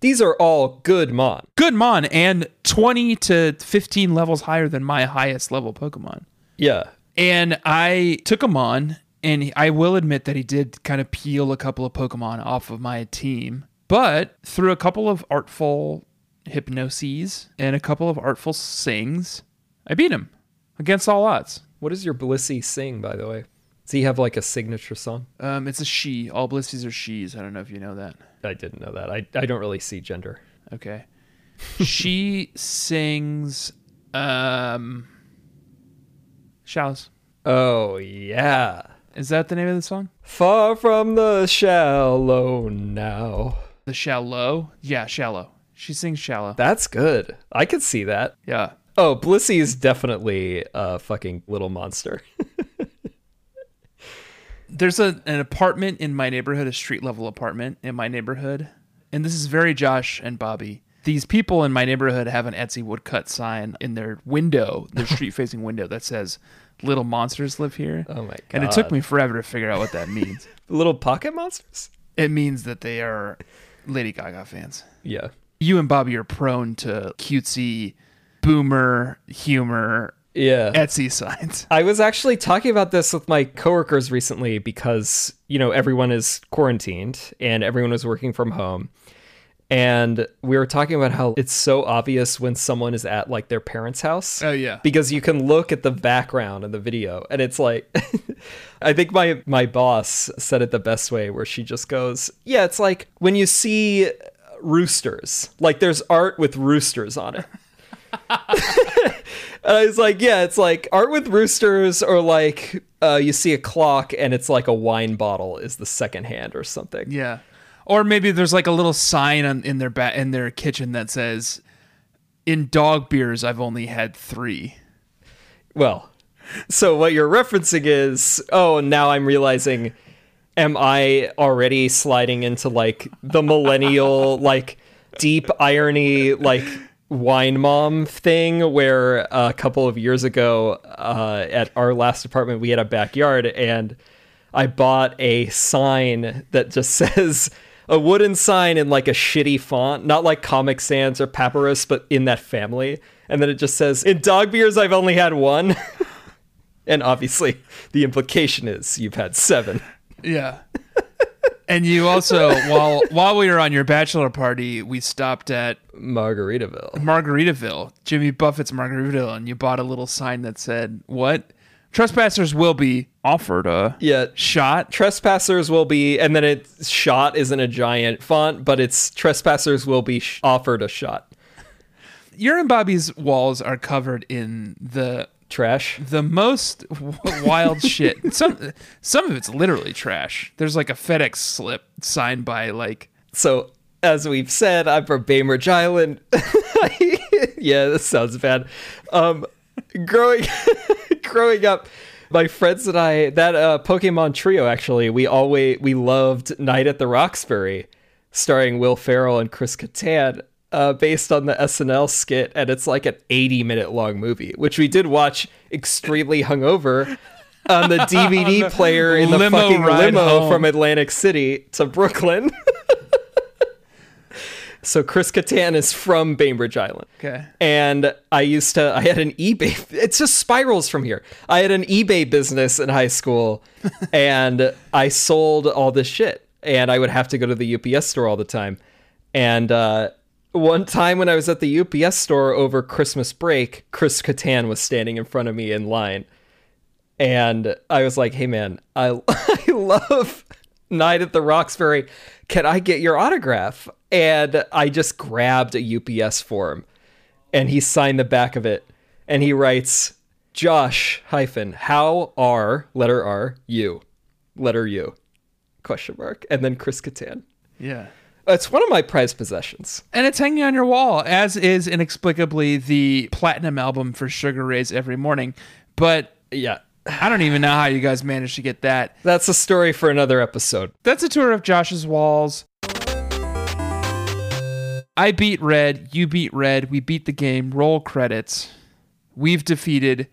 Speaker 2: These are all good Mon.
Speaker 1: Good mon, and 20 to 15 levels higher than my highest level Pokemon.
Speaker 2: Yeah.
Speaker 1: And I took him on, and he- I will admit that he did kind of peel a couple of Pokemon off of my team. But through a couple of artful hypnoses and a couple of artful sings, I beat him against all odds.
Speaker 2: What does your Blissey sing, by the way? Does he have like a signature song?
Speaker 1: Um, it's a she. All Blissey's are she's. I don't know if you know that.
Speaker 2: I didn't know that. I, I don't really see gender.
Speaker 1: Okay. she sings um Shallows.
Speaker 2: Oh, yeah.
Speaker 1: Is that the name of the song?
Speaker 2: Far from the shallow now.
Speaker 1: The Shallow? Yeah, Shallow. She sings Shallow.
Speaker 2: That's good. I could see that.
Speaker 1: yeah.
Speaker 2: Oh, Blissey is definitely a fucking little monster. <laughs>
Speaker 1: there's a, an apartment in my neighborhood, a street level apartment in my neighborhood. And this is very Josh and Bobby. These people in my neighborhood have an Etsy woodcut sign in their window,
Speaker 2: <laughs>
Speaker 1: their street facing window that says, Little monsters live here.
Speaker 2: Oh my
Speaker 1: And it took
Speaker 2: God.
Speaker 1: me forever to figure out what that
Speaker 2: <laughs>
Speaker 1: means.
Speaker 2: little pocket monsters?
Speaker 1: it means that they are Lady Gaga fans.
Speaker 2: Yeah.
Speaker 1: You and Bobby are prone to cutesy, boomer humor
Speaker 2: Yeah.
Speaker 1: Etsy signs.
Speaker 2: I was actually talking about this with my coworkers recently because, you know, everyone is quarantined and everyone was working from home. And we were talking about how it's so obvious when someone is at like their parents' house.
Speaker 1: Oh, yeah.
Speaker 2: Because you can look at the background in the video and it's like <laughs> I think my my boss said it the best way where she just goes, "Yeah, it's like when you see roosters. Like there's art with roosters on it." And I was like, yeah, it's like art with roosters, or like uh, you see a clock and it's like a wine bottle is the second hand or something.
Speaker 1: Yeah. Or maybe there's like a little sign on, in their ba- in their kitchen that says, "In dog beers, I've only had three.
Speaker 2: Well, so what you're referencing is, oh, now I'm realizing, am I already sliding into like the millennial, <laughs> like deep irony, like wine mom thing where a couple of years ago uh, at our last apartment, we had a backyard and I bought a sign that just <laughs> says, a wooden sign in like a shitty font, not like Comic Sans or Papyrus, but in that family. And then it just says, In dog beers, I've only had one. <laughs> and obviously, the implication is you've had seven.
Speaker 1: Yeah. <laughs> and you also, while while we were on your bachelor party, we stopped at
Speaker 2: Margaritaville.
Speaker 1: Margaritaville, Jimmy Buffett's Margaritaville, and you bought a little sign that said, "What trespassers will be offered a
Speaker 2: Yeah.
Speaker 1: shot."
Speaker 2: Trespassers will be, and then it shot is in a giant font, but it's trespassers will be sh- offered a shot.
Speaker 1: Your and Bobby's walls are covered in the
Speaker 2: Trash.
Speaker 1: the most w- wild shit. Some some of it's literally trash. There's like a FedEx slip signed by like
Speaker 2: So, as we've said, I'm from Bainbridge Island. <laughs> yeah, this sounds bad. Um, growing, <laughs> growing up, my friends and I, that uh, Pokemon trio, actually, we always we loved Night at the Roxbury, starring Will Ferrell and Chris Kattan, uh, based on the SNL skit, and it's like an 80 minute long movie, which we did watch extremely hungover. On the
Speaker 1: <laughs>
Speaker 2: DVD player in the
Speaker 1: limo
Speaker 2: fucking
Speaker 1: ride
Speaker 2: limo
Speaker 1: home.
Speaker 2: from Atlantic City to Brooklyn. So Chris Kattan is from Bainbridge Island.
Speaker 1: Okay.
Speaker 2: And I used to I had an eBay it's just spirals from here. I had an eBay business in high school and I sold all this shit and I would have to go to the UPS store all the time. And uh one time when I was at the UPS store over Christmas break, Chris Kattan was standing in front of me in line and I was like, "Hey man, I <laughs> I love Night at the Roxbury. Can I get your autograph?" And I just grabbed a UPS form, and he signed the back of it, and he writes, "Josh hyphen how are letter R you letter U question mark and then Chris Kattan."
Speaker 1: yeah.
Speaker 2: It's one of my prized possessions.
Speaker 1: And it's hanging on your wall, as is inexplicably the platinum album for Sugar Ray's Every Morning. But
Speaker 2: Yeah,
Speaker 1: I don't even know how you guys managed to get that.
Speaker 2: that's a story for another episode.
Speaker 1: That's a tour of Josh's walls. I beat red, you beat red, we beat the game, roll credits. We've defeated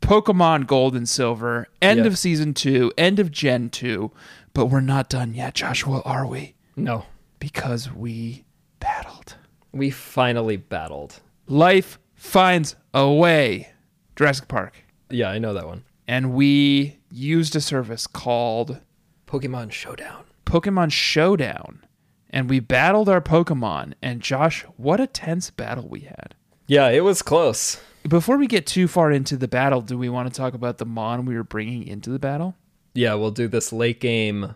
Speaker 1: Pokemon Gold and Silver, end
Speaker 2: Yep.
Speaker 1: of season two, end of Gen 2, but we're not done yet, Joshua, are we?
Speaker 2: No,
Speaker 1: Because we battled.
Speaker 2: we finally battled.
Speaker 1: Life finds a way. Jurassic Park.
Speaker 2: Yeah, I know that one.
Speaker 1: And we used a service called
Speaker 2: Pokemon Showdown.
Speaker 1: Pokemon Showdown, and we battled our Pokemon. And Josh, what a tense battle we had.
Speaker 2: Yeah, it was close.
Speaker 1: Before we get too far into the battle, do we want to talk about the Mon we were bringing into the battle?
Speaker 2: Yeah, we'll do this late game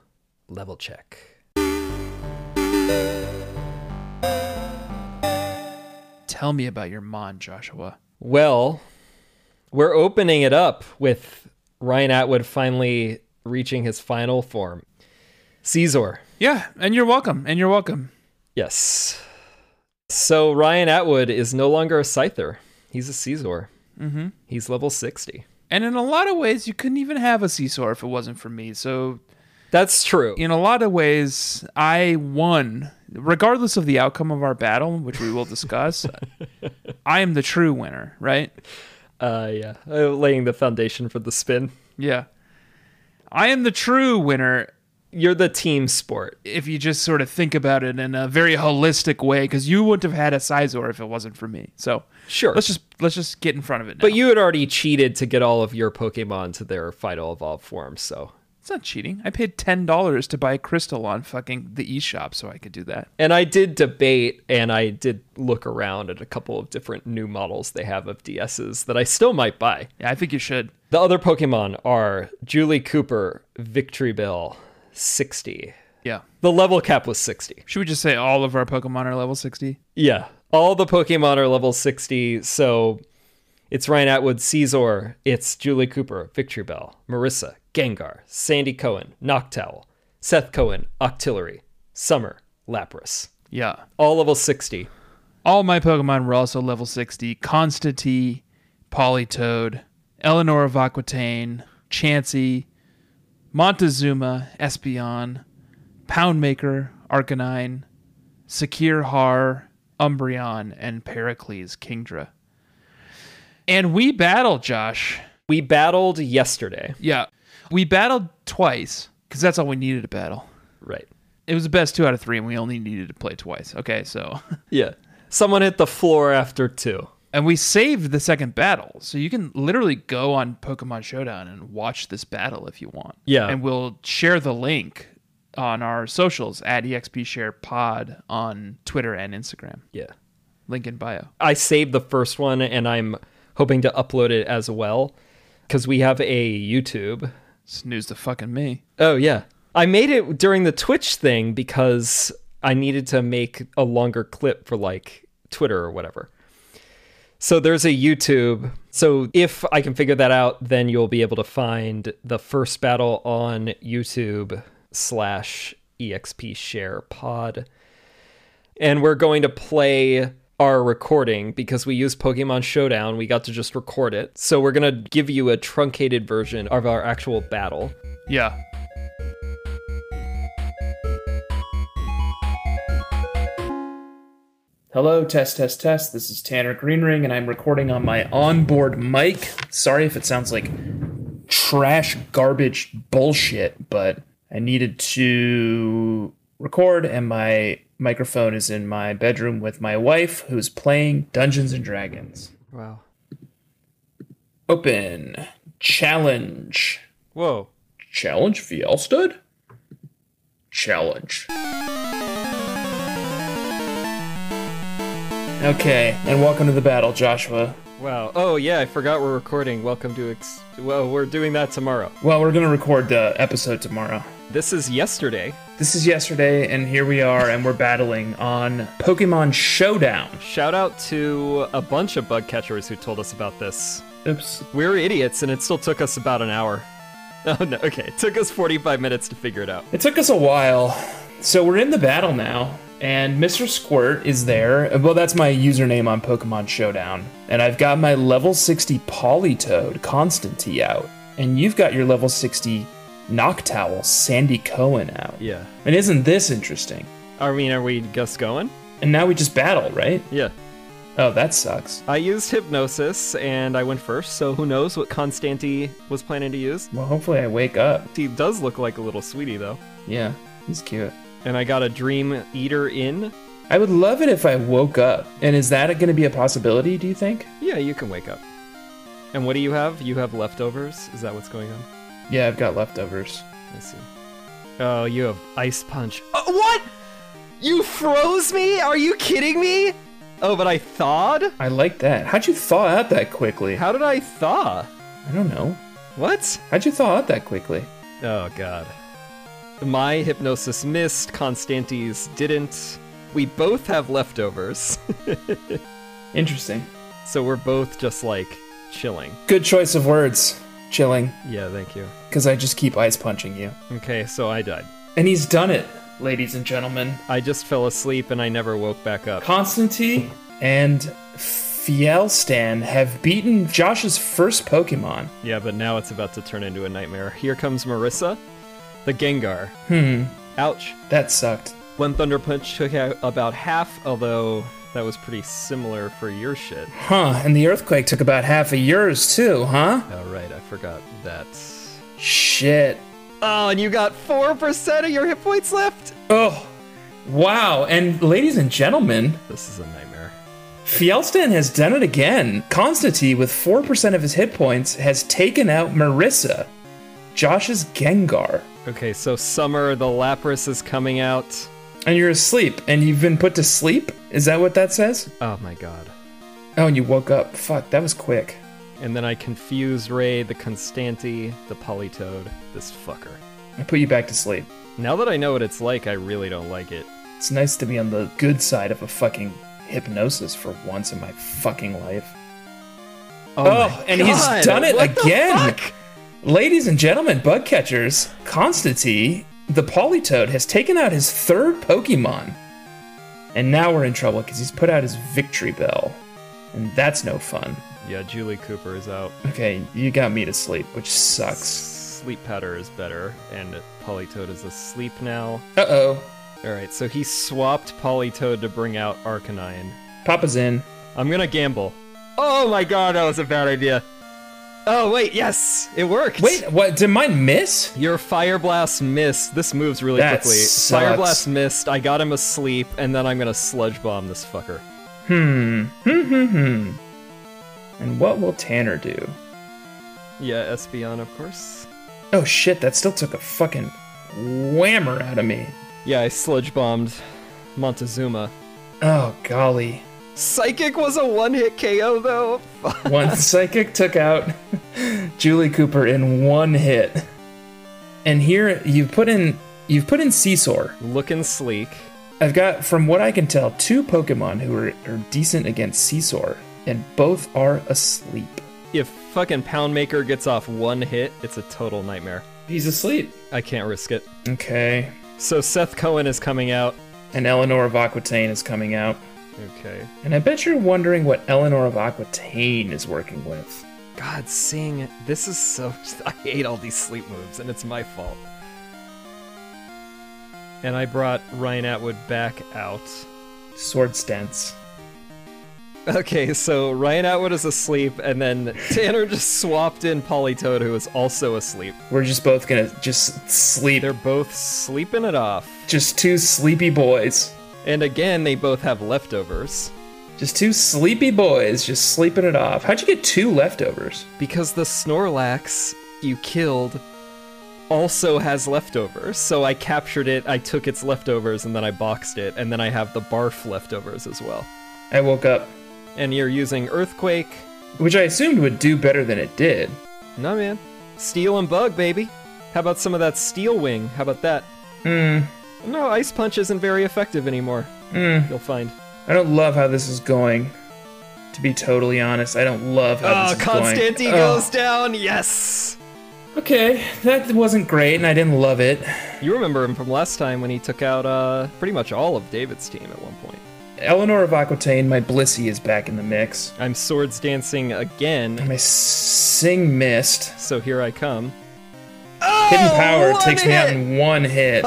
Speaker 2: level check.
Speaker 1: Tell me about your Mon, Joshua.
Speaker 2: Well, we're opening it up with Ryan Atwood finally reaching his final form. Caesar.
Speaker 1: Yeah, and you're welcome. And you're welcome.
Speaker 2: Yes. So Ryan Atwood is no longer a Scyther. He's a Caesar. Mm-hmm. He's level 60.
Speaker 1: And in a lot of ways, you couldn't even have a Seesaw if it wasn't for me. So,
Speaker 2: That's true.
Speaker 1: in a lot of ways, I won. Regardless of the outcome of our battle, which we will discuss, I am the true winner, right?
Speaker 2: Uh, yeah, Uh, laying the foundation for the spin.
Speaker 1: Yeah. I am the true winner
Speaker 2: You're the team sport.
Speaker 1: if you just sort of think about it in a very holistic way because you wouldn't have had a Sizor if it wasn't for me. So
Speaker 2: Sure.
Speaker 1: let's just let's just get in front of it. Now.
Speaker 2: But you had already cheated to get all of your Pokemon to their final evolved form, so
Speaker 1: It's not cheating. I paid ten dollars to buy Crystal on fucking the eShop so I could do that.
Speaker 2: And I did debate and I did look around at a couple of different new models they have of DSs that I still might buy.
Speaker 1: Yeah, I think you should.
Speaker 2: The other Pokemon are Julie Cooper, Victory Bell, 60.
Speaker 1: Yeah.
Speaker 2: The level cap was 60.
Speaker 1: Should we just say all of our Pokemon are level sixty?
Speaker 2: Yeah. All the Pokemon are level 60, so it's Ryan Atwood, Caesar, it's Julie Cooper, Victory Bell, Marissa, Gengar, Sandy Cohen, Noctowl, Seth Cohen, Octillery, Summer, Lapras.
Speaker 1: Yeah.
Speaker 2: All level 60.
Speaker 1: All my Pokemon were also level sixty. Constantine, Politoed, Eleanor of Aquitaine, Chansey, Montezuma, Espeon, Poundmaker, Arcanine, Sekir Har, Umbreon, and Pericles Kingdra. And we battle, Josh.
Speaker 2: We battled yesterday.
Speaker 1: Yeah. We battled twice because that's all we needed to battle.
Speaker 2: Right.
Speaker 1: It was the best two out of three, and we only needed to play twice. Okay, so. <laughs>
Speaker 2: Yeah. Someone hit the floor after two.
Speaker 1: And we saved the second battle. So you can literally go on Pokemon Showdown and watch this battle if you want.
Speaker 2: Yeah.
Speaker 1: And we'll share the link on our socials at E expsharepod on Twitter and Instagram.
Speaker 2: Yeah.
Speaker 1: Link in bio.
Speaker 2: I saved the first one and I'm hoping to upload it as well because we have a YouTube.
Speaker 1: Snooze the fucking me.
Speaker 2: Oh, yeah. I made it during the Twitch thing because I needed to make a longer clip for like Twitter or whatever. So there's a YouTube. So if I can figure that out, then you'll be able to find the first battle on YouTube slash exp share pod. And we're going to play our recording because we use Pokemon Showdown. We got to just record it. So we're going to give you a truncated version of our actual battle.
Speaker 1: Yeah. Hello, test, test, test. This is Tanner Greenring, and I'm recording on my onboard mic. Sorry if it sounds like trash, garbage, bullshit, but I needed to record, and my microphone is in my bedroom with my wife, who's playing Dungeons and Dragons.
Speaker 2: Wow.
Speaker 1: Open. Challenge.
Speaker 2: Whoa.
Speaker 1: Challenge Fielstud? Challenge. Okay, and welcome to the battle, Joshua.
Speaker 2: Wow. Oh, yeah, I forgot we're recording. Welcome to Ex. Well, we're doing that tomorrow.
Speaker 1: Well, we're gonna record the episode tomorrow.
Speaker 2: This is yesterday.
Speaker 1: This is yesterday, and here we are, and we're battling on Pokemon Showdown.
Speaker 2: Shout out to a bunch of bug catchers who told us about this.
Speaker 1: Oops.
Speaker 2: We were idiots, and it still took us about an hour. <laughs> Oh, no. Okay. It took us 45 minutes to figure it out.
Speaker 1: It took us a while. So we're in the battle now, and Mr. Squirt is there. Well, that's my username on Pokemon Showdown. And I've got my level 60 Politoed, Constantine, out. And you've got your level 60 Noctowl, Sandy Cohen, out.
Speaker 2: Yeah.
Speaker 1: And isn't this interesting?
Speaker 2: I mean, are we just going?
Speaker 1: And now we just battle, right?
Speaker 2: Yeah.
Speaker 1: Oh, that sucks.
Speaker 2: I used hypnosis, and I went first, so who knows what Constanti was planning to use.
Speaker 1: Well, hopefully I wake up.
Speaker 2: He does look like a little sweetie, though.
Speaker 1: Yeah, he's cute.
Speaker 2: And I got a dream eater in.
Speaker 1: I would love it if I woke up. And is that going to be a possibility, do you think?
Speaker 2: Yeah, you can wake up. And what do you have? You have leftovers? Is that what's going on?
Speaker 1: Yeah, I've got leftovers.
Speaker 2: I see. Oh, you have ice punch. Oh, what? You froze me? Are you kidding me? Oh, but I thawed?
Speaker 1: I like that. How'd you thaw out that quickly?
Speaker 2: How did I thaw?
Speaker 1: I don't know.
Speaker 2: What?
Speaker 1: How'd you thaw out that quickly?
Speaker 2: Oh, God. My hypnosis missed, Constanti's didn't. We both have leftovers. <laughs>
Speaker 1: Interesting.
Speaker 2: so we're both just like chilling.
Speaker 1: Good choice of words, chilling,
Speaker 2: Yeah, thank you.
Speaker 1: because I just keep ice punching you.
Speaker 2: Okay, so I died.
Speaker 1: And he's done it, ladies and gentlemen.
Speaker 2: I just fell asleep and I never woke back up.
Speaker 1: Constantine and Fielstan have beaten Josh's first Pokemon.
Speaker 2: Yeah, but now it's about to turn into a nightmare. Here comes Marissa, the Gengar. Hmm. Ouch.
Speaker 1: That sucked.
Speaker 2: One Thunder Punch took out about half, although that was pretty similar for your shit.
Speaker 1: Huh, and the earthquake took about half of yours too, huh?
Speaker 2: Oh, right, I forgot that.
Speaker 1: Shit.
Speaker 2: Oh, and you got 4% of your hit points left?
Speaker 1: Oh, wow. And ladies and gentlemen,
Speaker 2: This is a nightmare.
Speaker 1: Fielstan has done it again. Constantine, with 4% of his hit points, has taken out Marissa. Josh's Gengar.
Speaker 2: Okay, so summer, the Lapras is coming out.
Speaker 1: And you're asleep, and you've been put to sleep? Is that what that says?
Speaker 2: Oh my god.
Speaker 1: Oh, and you woke up. Fuck, that was quick.
Speaker 2: And then I confuse Ray, the Constanti, the Politoed, this fucker.
Speaker 1: I put you back to sleep.
Speaker 2: Now that I know what it's like, I really don't like it.
Speaker 1: It's nice to be on the good side of a fucking hypnosis for once in my fucking life.
Speaker 2: Oh,
Speaker 1: Oh,
Speaker 2: my
Speaker 1: and he's
Speaker 2: God,
Speaker 1: done it
Speaker 2: what the
Speaker 1: again.
Speaker 2: fuck?
Speaker 1: Ladies and gentlemen, bug catchers, Constantine, the Politoed, has taken out his third Pokemon. And now we're in trouble because he's put out his victory bell. And that's no fun.
Speaker 2: Yeah, Julie Cooper is out.
Speaker 1: Okay, you got me to sleep, which sucks.
Speaker 2: Sleep powder is better, and Politoed is asleep now.
Speaker 1: Uh oh.
Speaker 2: Alright, so he swapped Politoed to bring out Arcanine.
Speaker 1: Papa's in.
Speaker 2: I'm gonna gamble. Oh my god, that was a bad idea. Oh wait, yes, it worked.
Speaker 1: Wait, what? Did mine miss?
Speaker 2: Your Fire Blast missed. This moves really
Speaker 1: That
Speaker 2: quickly.
Speaker 1: sucks.
Speaker 2: Fire Blast missed. I got him asleep, and then I'm gonna Sludge Bomb this fucker.
Speaker 1: Hmm. Hmm, hmm, hmm. And what will Tanner do?
Speaker 2: Yeah, Espeon, of course.
Speaker 1: Oh shit, that still took a fucking whammer out of me.
Speaker 2: Yeah, I Sludge Bombed Montezuma.
Speaker 1: Oh golly.
Speaker 2: Psychic was a one-hit KO though. Fuck.
Speaker 1: One psychic took out <laughs> Julie Cooper in one hit. And here you've put in you've put in Seesaw.
Speaker 2: Looking sleek.
Speaker 1: I've got, from what I can tell, two Pokemon who are, are decent against Seesaw, and both are asleep.
Speaker 2: If fucking Poundmaker gets off one hit, it's a total nightmare.
Speaker 1: He's asleep.
Speaker 2: I can't risk it.
Speaker 1: Okay.
Speaker 2: So Seth Cohen is coming out.
Speaker 1: And Eleanor of Aquitaine is coming out.
Speaker 2: Okay.
Speaker 1: And I bet you're wondering what Eleanor of Aquitaine is working with.
Speaker 2: God, seeing it. This is so. I hate all these sleep moves, and it's my fault. And I brought Ryan Atwood back out.
Speaker 1: Sword stents.
Speaker 2: Okay, so Ryan Atwood is asleep, and then Tanner just swapped in Politoed, who is also asleep.
Speaker 1: We're just both gonna just sleep.
Speaker 2: They're both sleeping it off.
Speaker 1: just two sleepy boys.
Speaker 2: And again, they both have leftovers.
Speaker 1: Just two sleepy boys just sleeping it off. How'd you get two leftovers?
Speaker 2: Because the Snorlax you killed also has leftovers. So I captured it, I took its leftovers, and then I boxed it, and then I have the barf leftovers as well.
Speaker 1: I woke up,
Speaker 2: And you're using Earthquake.
Speaker 1: which I assumed would do better than it did.
Speaker 2: No, man. Steel and Bug, baby. How about some of that Steel Wing? How about that?
Speaker 1: Hmm.
Speaker 2: No, Ice Punch isn't very effective anymore,
Speaker 1: Hmm.
Speaker 2: you'll find.
Speaker 1: I don't love how this is going. To be totally honest, I don't love how
Speaker 2: Oh,
Speaker 1: this is
Speaker 2: Constantine
Speaker 1: going.
Speaker 2: goes down, yes!
Speaker 1: Oh, okay, that wasn't great, and I didn't love it.
Speaker 2: You remember him from last time when he took out uh, pretty much all of David's team at one point.
Speaker 1: Eleanor of Aquitaine, my Blissey, is back in the mix.
Speaker 2: I'm swords dancing again,
Speaker 1: And my sing missed.
Speaker 2: so here I come.
Speaker 1: Hidden power
Speaker 2: Oh, one
Speaker 1: takes me out
Speaker 2: hit!
Speaker 1: in one
Speaker 2: <laughs>
Speaker 1: hit.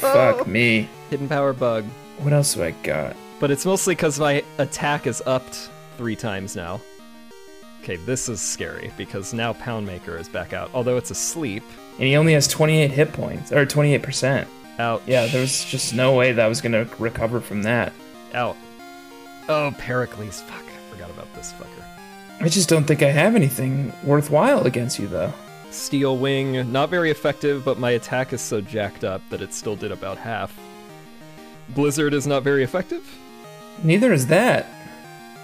Speaker 1: Fuck me.
Speaker 2: Hidden power bug.
Speaker 1: What else do I got?
Speaker 2: But it's mostly because my attack is upped three times now. Okay, this is scary because now Poundmaker is back out, although it's asleep.
Speaker 1: And he only has 28 hit points, or 28%.
Speaker 2: Out.
Speaker 1: Yeah, there was just no way that I was gonna recover from that.
Speaker 2: Out. Oh, Pericles. Fuck, I forgot about this fucker.
Speaker 1: I just don't think I have anything worthwhile against you, though.
Speaker 2: Steel Wing, not very effective, but my attack is so jacked up that it still did about half. Blizzard is not very effective.
Speaker 1: Neither is that.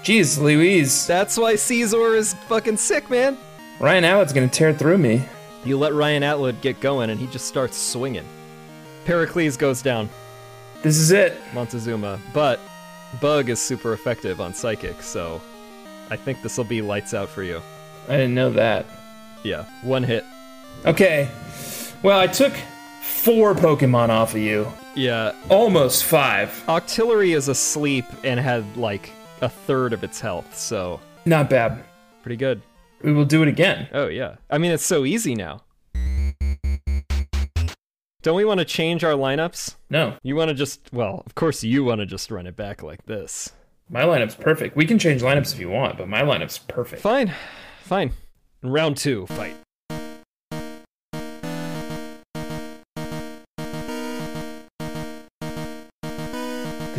Speaker 1: Jeez, Louise.
Speaker 2: That's why Caesar is fucking sick, man.
Speaker 1: Ryan Atwood's gonna tear through me.
Speaker 2: You let Ryan Atwood get going, and he just starts swinging. Pericles goes down,
Speaker 1: This is it.
Speaker 2: Montezuma, but Bug is super effective on Psychic, so I think this will be lights out for you.
Speaker 1: I didn't know that.
Speaker 2: Yeah, one hit.
Speaker 1: Okay. Well, I took four Pokemon off of you.
Speaker 2: Yeah,
Speaker 1: Almost five.
Speaker 2: Octillery is asleep and had like a third of its health, so
Speaker 1: Not bad.
Speaker 2: pretty good.
Speaker 1: We will do it again.
Speaker 2: Oh, yeah. I mean, it's so easy now. Don't we want to change our lineups?
Speaker 1: No,
Speaker 2: You want to just, well, of course you want to just run it back like this.
Speaker 1: my lineup's perfect. We can change lineups if you want, but my lineup's perfect.
Speaker 2: Fine, fine. Round two, fight.
Speaker 1: The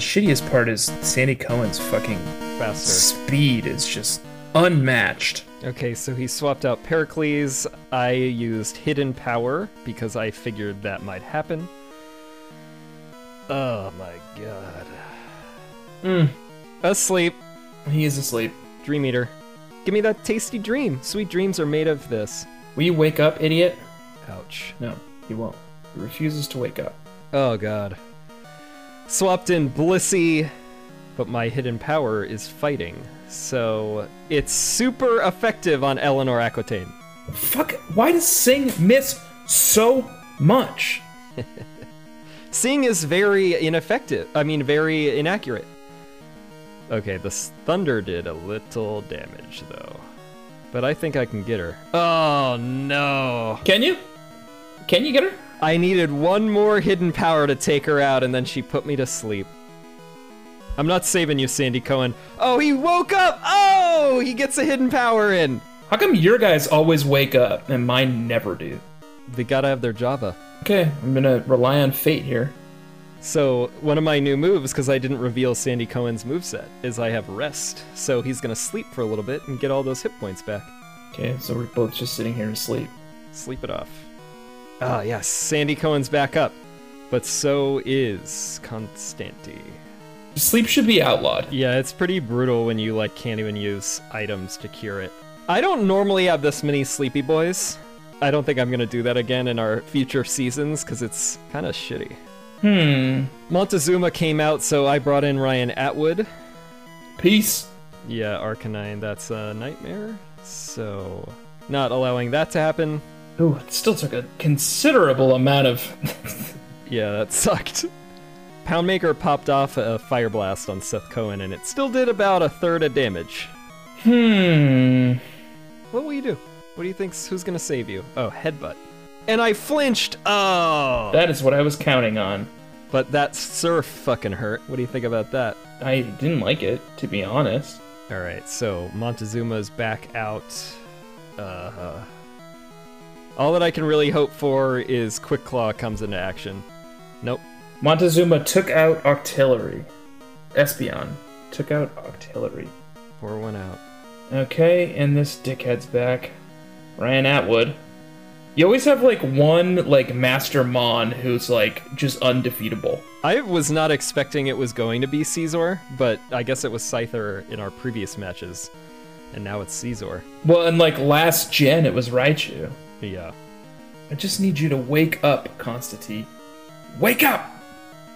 Speaker 1: shittiest part is Sandy Cohen's fucking
Speaker 2: Faster.
Speaker 1: speed is just unmatched.
Speaker 2: Okay, so he swapped out Pericles. I used Hidden Power because I figured that might happen. Oh my god.
Speaker 1: Mm,
Speaker 2: Asleep,
Speaker 1: he is asleep.
Speaker 2: Dream Eater. Give me that tasty dream. Sweet dreams are made of this.
Speaker 1: Will you wake up, idiot?
Speaker 2: Ouch.
Speaker 1: No, he won't. He refuses to wake up.
Speaker 2: Oh god. Swapped in Blissey, but my hidden power is fighting. So it's super effective on Eleanor Aquitaine.
Speaker 1: Fuck, why does Sing miss so much?
Speaker 2: Sing is very ineffective. I mean, very inaccurate. Okay, this thunder did a little damage though. But I think I can get her. Oh no.
Speaker 1: Can you? Can you get her?
Speaker 2: I needed one more hidden power to take her out, and then she put me to sleep. I'm not saving you, Sandy Cohen. Oh, he woke up! Oh, he gets a hidden power in!
Speaker 1: How come your guys always wake up and mine never do?
Speaker 2: They gotta have their Java.
Speaker 1: Okay, I'm gonna rely on fate here.
Speaker 2: So, one of my new moves, because I didn't reveal Sandy Cohen's moveset, is I have rest. So, he's gonna sleep for a little bit and get all those hit points back.
Speaker 1: Okay, so we're both just sitting here asleep.
Speaker 2: Sleep it off. Ah, yes, Sandy Cohen's back up. But so is Constanti.
Speaker 1: Sleep should be outlawed.
Speaker 2: Yeah, it's pretty brutal when you like can't even use items to cure it. I don't normally have this many sleepy boys. I don't think I'm gonna do that again in our future seasons because it's kind of shitty.
Speaker 1: Hmm.
Speaker 2: Montezuma came out, so I brought in Ryan Atwood.
Speaker 1: Peace.
Speaker 2: Yeah, Arcanine, that's a nightmare. So, not allowing that to happen.
Speaker 1: Ooh, it still took a considerable amount of. <laughs>
Speaker 2: Yeah, that <laughs> sucked. Poundmaker popped off a fire blast on Seth Cohen, and it still did about a third of damage.
Speaker 1: hmm.
Speaker 2: What will you do? What do you think's who's gonna save you? Oh, headbutt. And I flinched. Oh,
Speaker 1: That is what I was counting on.
Speaker 2: but that surf fucking hurt. What do you think about that?
Speaker 1: I didn't like it, to be honest.
Speaker 2: All right, so Montezuma's back out. Uh, all that I can really hope for is Quick Claw comes into action. Nope.
Speaker 1: Montezuma took out Octillery. Espion took out Octillery.
Speaker 2: Pour one out.
Speaker 1: Okay, and this dickhead's back. Ryan Atwood. You always have like one like master mon who's like just undefeatable.
Speaker 2: I was not expecting it was going to be Caesar, but I guess it was Scyther in our previous matches, and now it's Caesar.
Speaker 1: Well, and like last gen it was Raichu.
Speaker 2: Yeah.
Speaker 1: I just need you to wake up, Constantine. Wake up!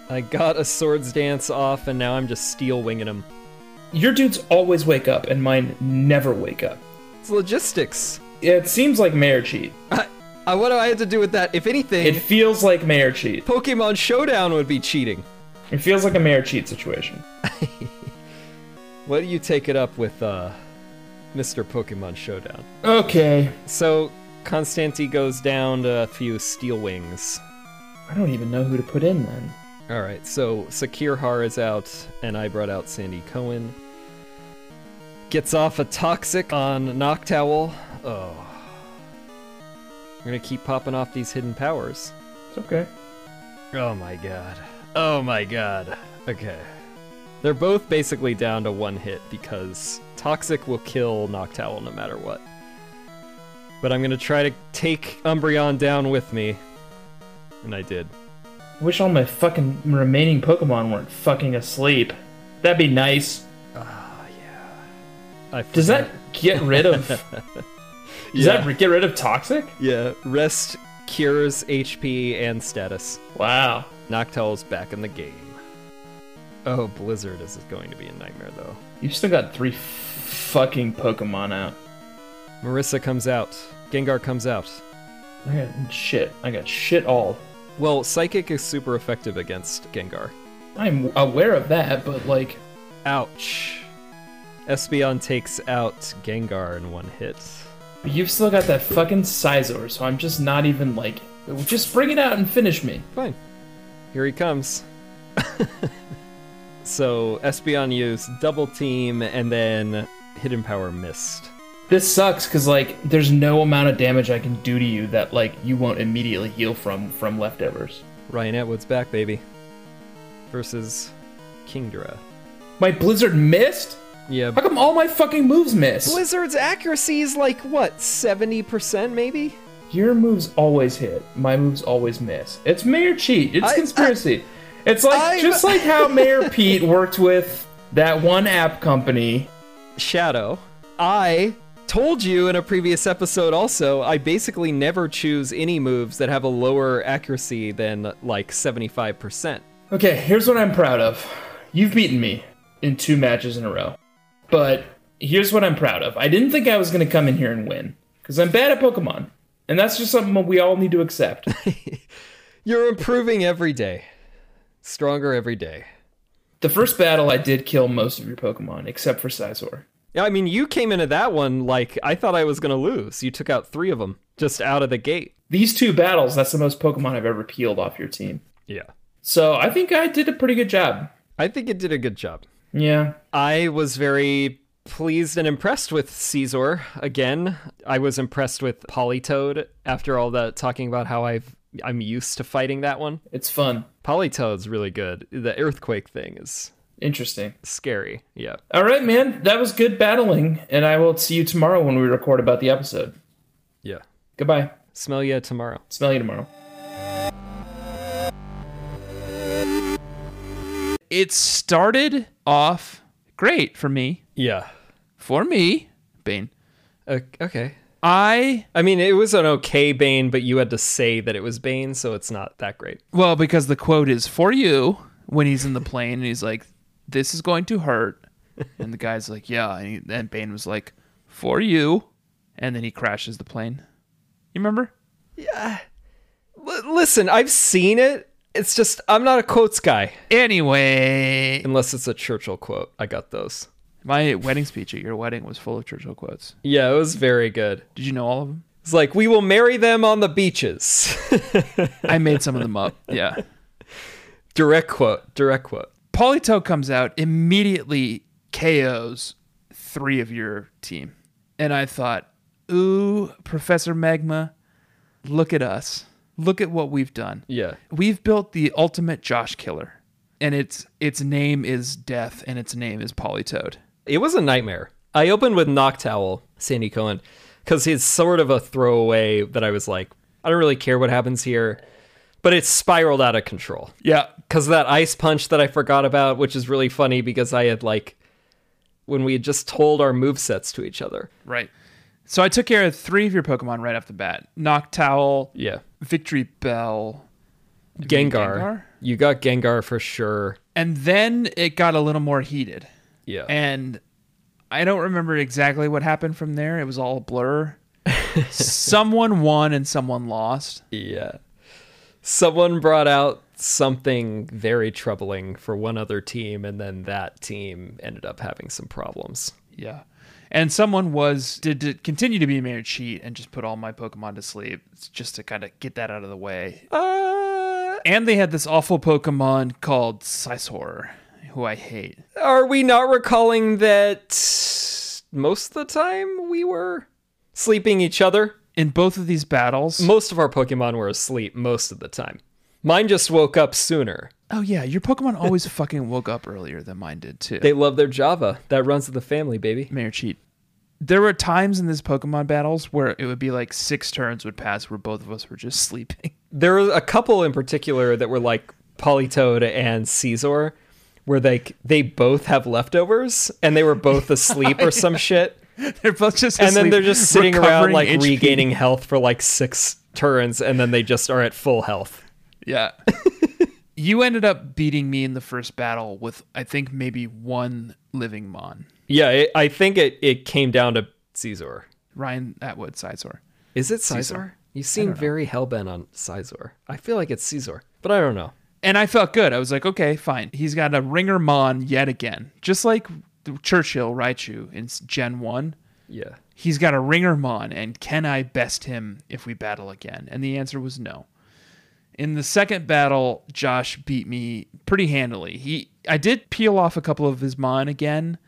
Speaker 2: I got a swords dance off, and now I'm just steel winging him.
Speaker 1: Your dudes always wake up and mine never wake up.
Speaker 2: It's logistics.
Speaker 1: It seems like mayor cheat.
Speaker 2: I, I, what do I have to do with that? If anything,
Speaker 1: It feels like mayor cheat.
Speaker 2: Pokemon Showdown would be cheating.
Speaker 1: It feels like a mayor cheat situation.
Speaker 2: Why do you take it up with uh, Mr. Pokemon Showdown?
Speaker 1: Okay.
Speaker 2: So Constanti goes down to a few Steel Wings.
Speaker 1: I don't even know who to put in then.
Speaker 2: All right, so Sakir Har is out, and I brought out Sandy Cohen. Gets off a toxic on Noctowl. Oh, I'm gonna keep popping off these hidden powers.
Speaker 1: It's okay.
Speaker 2: Oh my god. Oh my god. Okay. They're both basically down to one hit because Toxic will kill Noctowl no matter what. But I'm gonna try to take Umbreon down with me. And I did.
Speaker 1: Wish all my fucking remaining Pokemon weren't fucking asleep. That'd be nice.
Speaker 2: I
Speaker 1: Does
Speaker 2: forgot-
Speaker 1: that get rid of? Does
Speaker 2: yeah.
Speaker 1: that get rid of toxic?
Speaker 2: Yeah. Rest cures HP and status.
Speaker 1: Wow.
Speaker 2: Noctowl's back in the game. Oh, Blizzard is going to be a nightmare though.
Speaker 1: You've still got three f- fucking Pokemon out.
Speaker 2: Marissa comes out. Gengar comes out.
Speaker 1: I got shit. I got shit all.
Speaker 2: Well, Psychic is super effective against Gengar.
Speaker 1: I'm aware of that, but like,
Speaker 2: Ouch. Espeon takes out Gengar in one hit.
Speaker 1: you've still got that fucking Scizor, so I'm just not even like. Just bring it out and finish me.
Speaker 2: Fine. Here he comes. <laughs> so Espeon used double team and then hidden power missed.
Speaker 1: This sucks because like, there's no amount of damage I can do to you that like you won't immediately heal from from leftovers.
Speaker 2: Ryan Atwood's back, baby. Versus Kingdra.
Speaker 1: My Blizzard missed.
Speaker 2: Yeah.
Speaker 4: How come all my fucking moves miss?
Speaker 2: Blizzard's accuracy is like what, 70% maybe?
Speaker 4: Your moves always hit. My moves always miss. It's Mayor Cheat. It's
Speaker 2: I-
Speaker 4: conspiracy. it's like
Speaker 2: I'm-
Speaker 4: just like
Speaker 2: <laughs>
Speaker 4: how Mayor Pete worked with that one app company.
Speaker 2: Shadow. I told you in a previous episode also, I basically never choose any moves that have a lower accuracy than like 75%.
Speaker 4: Okay, here's what I'm proud of. You've beaten me in two matches in a row. But here's what I'm proud of. I didn't think I was going to come in here and win because I'm bad at Pokemon. And that's just something we all need to accept.
Speaker 2: You're improving every day. Stronger every day.
Speaker 4: the first battle, I did kill most of your Pokemon except for Scizor.
Speaker 2: Yeah, I mean, you came into that one like I thought I was going to lose. You took out 3 of them just out of the gate.
Speaker 4: These two battles, that's the most Pokemon I've ever peeled off your team.
Speaker 2: Yeah.
Speaker 4: So I think I did a pretty good job.
Speaker 2: I think it did a good job.
Speaker 4: Yeah.
Speaker 2: I was very pleased and impressed with Caesar again. I was impressed with Polytoad after all that talking about how I've I'm used to fighting that one.
Speaker 4: It's fun.
Speaker 2: Polytoad's really good. The earthquake thing is
Speaker 4: Interesting.
Speaker 2: scary. Yeah.
Speaker 4: All right, man. That was good battling, and I will see you tomorrow when we record about the episode.
Speaker 2: Yeah.
Speaker 4: Goodbye.
Speaker 2: Smell ya tomorrow.
Speaker 4: Smell you tomorrow.
Speaker 1: It started off great for me.
Speaker 2: Yeah.
Speaker 1: For me, Bane.
Speaker 2: O- okay.
Speaker 1: I
Speaker 2: I mean, it was an okay Bane, but you had to say that it was Bane, so it's not that great.
Speaker 1: Well, because the quote is for you when he's in the plane and he's like, "This is going to hurt," and the guy's like, "Yeah," and, he, and Bane was like, "For you," and then he crashes the plane. You remember?
Speaker 2: L- listen, I've seen it. It's just I'm not a quotes guy
Speaker 1: Anyway,
Speaker 2: unless it's a Churchill quote. I got those.
Speaker 1: my wedding speech at your wedding was full of Churchill quotes.
Speaker 2: Yeah, it was very good.
Speaker 1: Did you know all of them?
Speaker 2: It's like we will marry them on the beaches. <laughs>
Speaker 1: I made some of them up. Yeah.
Speaker 2: direct quote. Direct quote.
Speaker 1: Polito comes out immediately KOs three of your team. And I thought, ooh, Professor Magma, look at us. Look at what we've done.
Speaker 2: Yeah.
Speaker 1: We've built the ultimate Josh killer. And its its name is Death and its name is Polytoad.
Speaker 2: It was a nightmare. I opened with Noctowl, Sandy Cohen, because it's sort of a throwaway that I was like, I don't really care what happens here, but it spiraled out of control.
Speaker 1: Yeah.
Speaker 2: Because that ice punch that I forgot about, which is really funny because I had like, when we had just told our movesets to each other.
Speaker 1: Right. So I took care of three of your Pokemon right off the bat. Noctowl,
Speaker 2: Yeah.
Speaker 1: Victory Bell,
Speaker 2: Gengar.
Speaker 1: Gengar?
Speaker 2: You got Gengar for sure.
Speaker 1: and then it got a little more heated.
Speaker 2: Yeah.
Speaker 1: and I don't remember exactly what happened from there. It was all a blur. someone won and someone lost.
Speaker 2: Yeah. Someone brought out something very troubling for one other team, and then that team ended up having some problems.
Speaker 1: Yeah. And someone was did, did continue to be mayor cheat and just put all my Pokemon to sleep It's just to kind of get that out of the way.
Speaker 2: Uh,
Speaker 1: And they had this awful Pokemon called Scizor, who I hate.
Speaker 2: are we not recalling that most of the time we were sleeping each other?
Speaker 1: In both of these battles,
Speaker 2: Most of our Pokemon were asleep most of the time. Mine just woke up sooner.
Speaker 1: oh yeah, your Pokemon always fucking woke up earlier than mine did too.
Speaker 2: They love their Java. That runs with the family, baby.
Speaker 1: Mayor Cheat. There were times in this Pokemon battles where it would be like six turns would pass where both of us were just <laughs> sleeping.
Speaker 2: there were a couple in particular that were like Polytoad and Caesar, where they they both have leftovers and they were both asleep or <laughs> some shit,
Speaker 1: they're both just
Speaker 2: and then
Speaker 1: asleep,
Speaker 2: they're just sitting around
Speaker 1: recovering
Speaker 2: like
Speaker 1: HP.
Speaker 2: regaining health for like six turns, and then they just are at full health. <laughs>
Speaker 1: Yeah. you ended up beating me in the first battle with I think maybe one living Mon.
Speaker 2: Yeah, it, I think it it came down to Caesar.
Speaker 1: Ryan Atwood Sizor.
Speaker 2: Is it Caesar? You seem very hellbent on Caesar. I feel like it's Caesar, but I don't know.
Speaker 1: And I felt good. I was like, okay, fine. He's got a ringer Mon yet again. Just like Churchill Raichu in Gen 1.
Speaker 2: Yeah.
Speaker 1: he's got a ringer mon and can i best him if we battle again and the answer was no in the second battle josh beat me pretty handily he i did peel off a couple of his mon again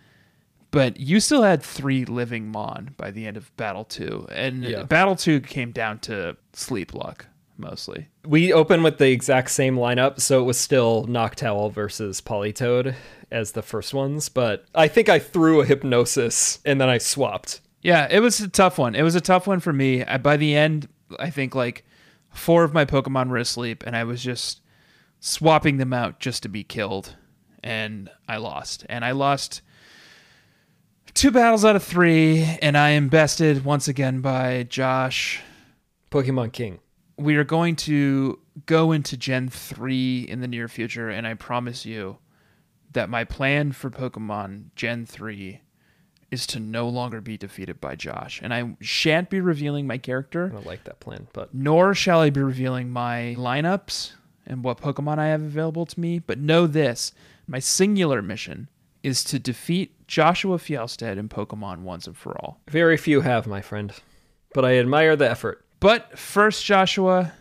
Speaker 1: but you still had three living mon by the end of battle two and
Speaker 2: Yeah.
Speaker 1: battle two came down to sleep luck mostly.
Speaker 2: We open with the exact same lineup, so it was still Noctowl versus Politoed as the first ones, but I think I threw a hypnosis and then I swapped.
Speaker 1: Yeah, it was a tough one. It was a tough one for me. I, by the end, I think like four of my Pokemon were asleep, and I was just swapping them out just to be killed, and I lost. And I lost two battles out of three, and I am bested once again by Josh.
Speaker 2: Pokemon King.
Speaker 1: We are going to go into Gen 3 in the near future, and I promise you that my plan for Pokemon Gen 3 is to no longer be defeated by Josh. And I shan't be revealing my character,
Speaker 2: I don't like that plan, but
Speaker 1: nor shall I be revealing my lineups and what Pokemon I have available to me. But know this my singular mission is to defeat Joshua Fielstead in Pokemon once and for all.
Speaker 2: very few have, my friend. But I admire the effort.
Speaker 1: But first, Joshua,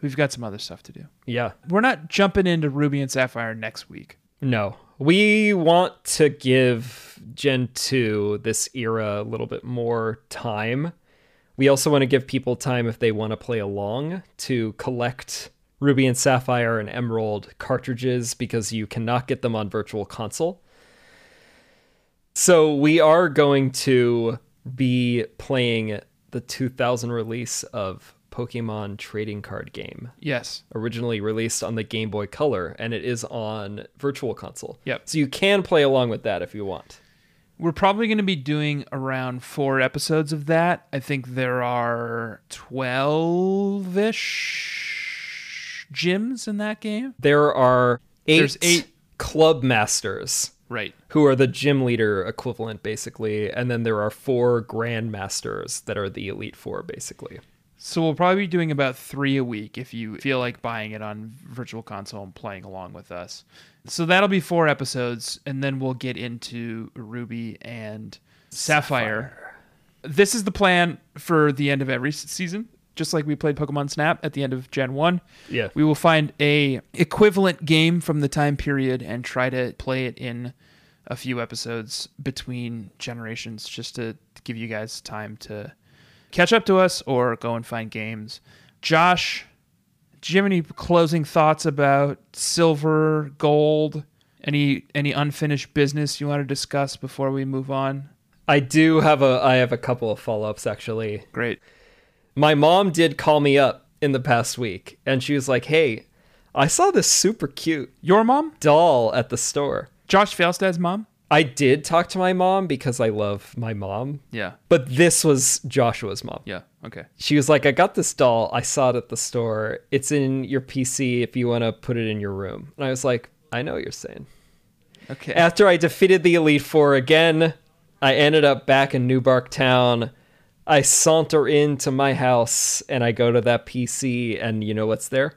Speaker 1: we've got some other stuff to do.
Speaker 2: Yeah.
Speaker 1: We're not jumping into Ruby and Sapphire next week.
Speaker 2: No. We want to give Gen 2 this era a little bit more time. We also want to give people time if they want to play along to collect Ruby and Sapphire and Emerald cartridges because you cannot get them on Virtual Console. So we are going to be playing the 2000 release of Pokemon Trading Card Game
Speaker 1: Yes.
Speaker 2: originally released on the Game Boy Color, and it is on Virtual Console.
Speaker 1: Yep.
Speaker 2: So you can play along with that if you want.
Speaker 1: We're probably going to be doing around four episodes of that. I think there are 12 ish gyms in that game.
Speaker 2: There are eight,
Speaker 1: There's eight-
Speaker 2: club masters
Speaker 1: Right.
Speaker 2: who are the gym leader equivalent, basically, and then there are four grandmasters that are the elite four, basically.
Speaker 1: So we'll probably be doing about three a week if you feel like buying it on Virtual Console and playing along with us. So that'll be four episodes, and then we'll get into Ruby and Sapphire. This is the plan for the end of every s- season. Just like we played Pokemon Snap at the end of Gen 1,
Speaker 2: Yeah.
Speaker 1: we will find a equivalent game from the time period and try to play it in a few episodes between generations just to give you guys time to catch up to us or go and find games. Josh, do you have any closing thoughts about silver, gold, any any unfinished business you want to discuss before we move on?
Speaker 2: I do have a I have a couple of follow-ups actually.
Speaker 1: Great.
Speaker 2: My mom did call me up in the past week and she was like, "Hey, I saw this super cute
Speaker 1: Your mom?
Speaker 2: doll at the store."
Speaker 1: Josh Failstad's mom?
Speaker 2: I did talk to my mom because I love my mom,
Speaker 1: Yeah.
Speaker 2: but this was Joshua's mom.
Speaker 1: Yeah. Okay.
Speaker 2: She was like, I got this doll. I saw it at the store. It's in your PC if you want to put it in your room. And I was like, I know what you're saying.
Speaker 1: Okay.
Speaker 2: After I defeated the Elite Four again, I ended up back in Newbark Town. I saunter into my house and I go to that PC, and you know what's there?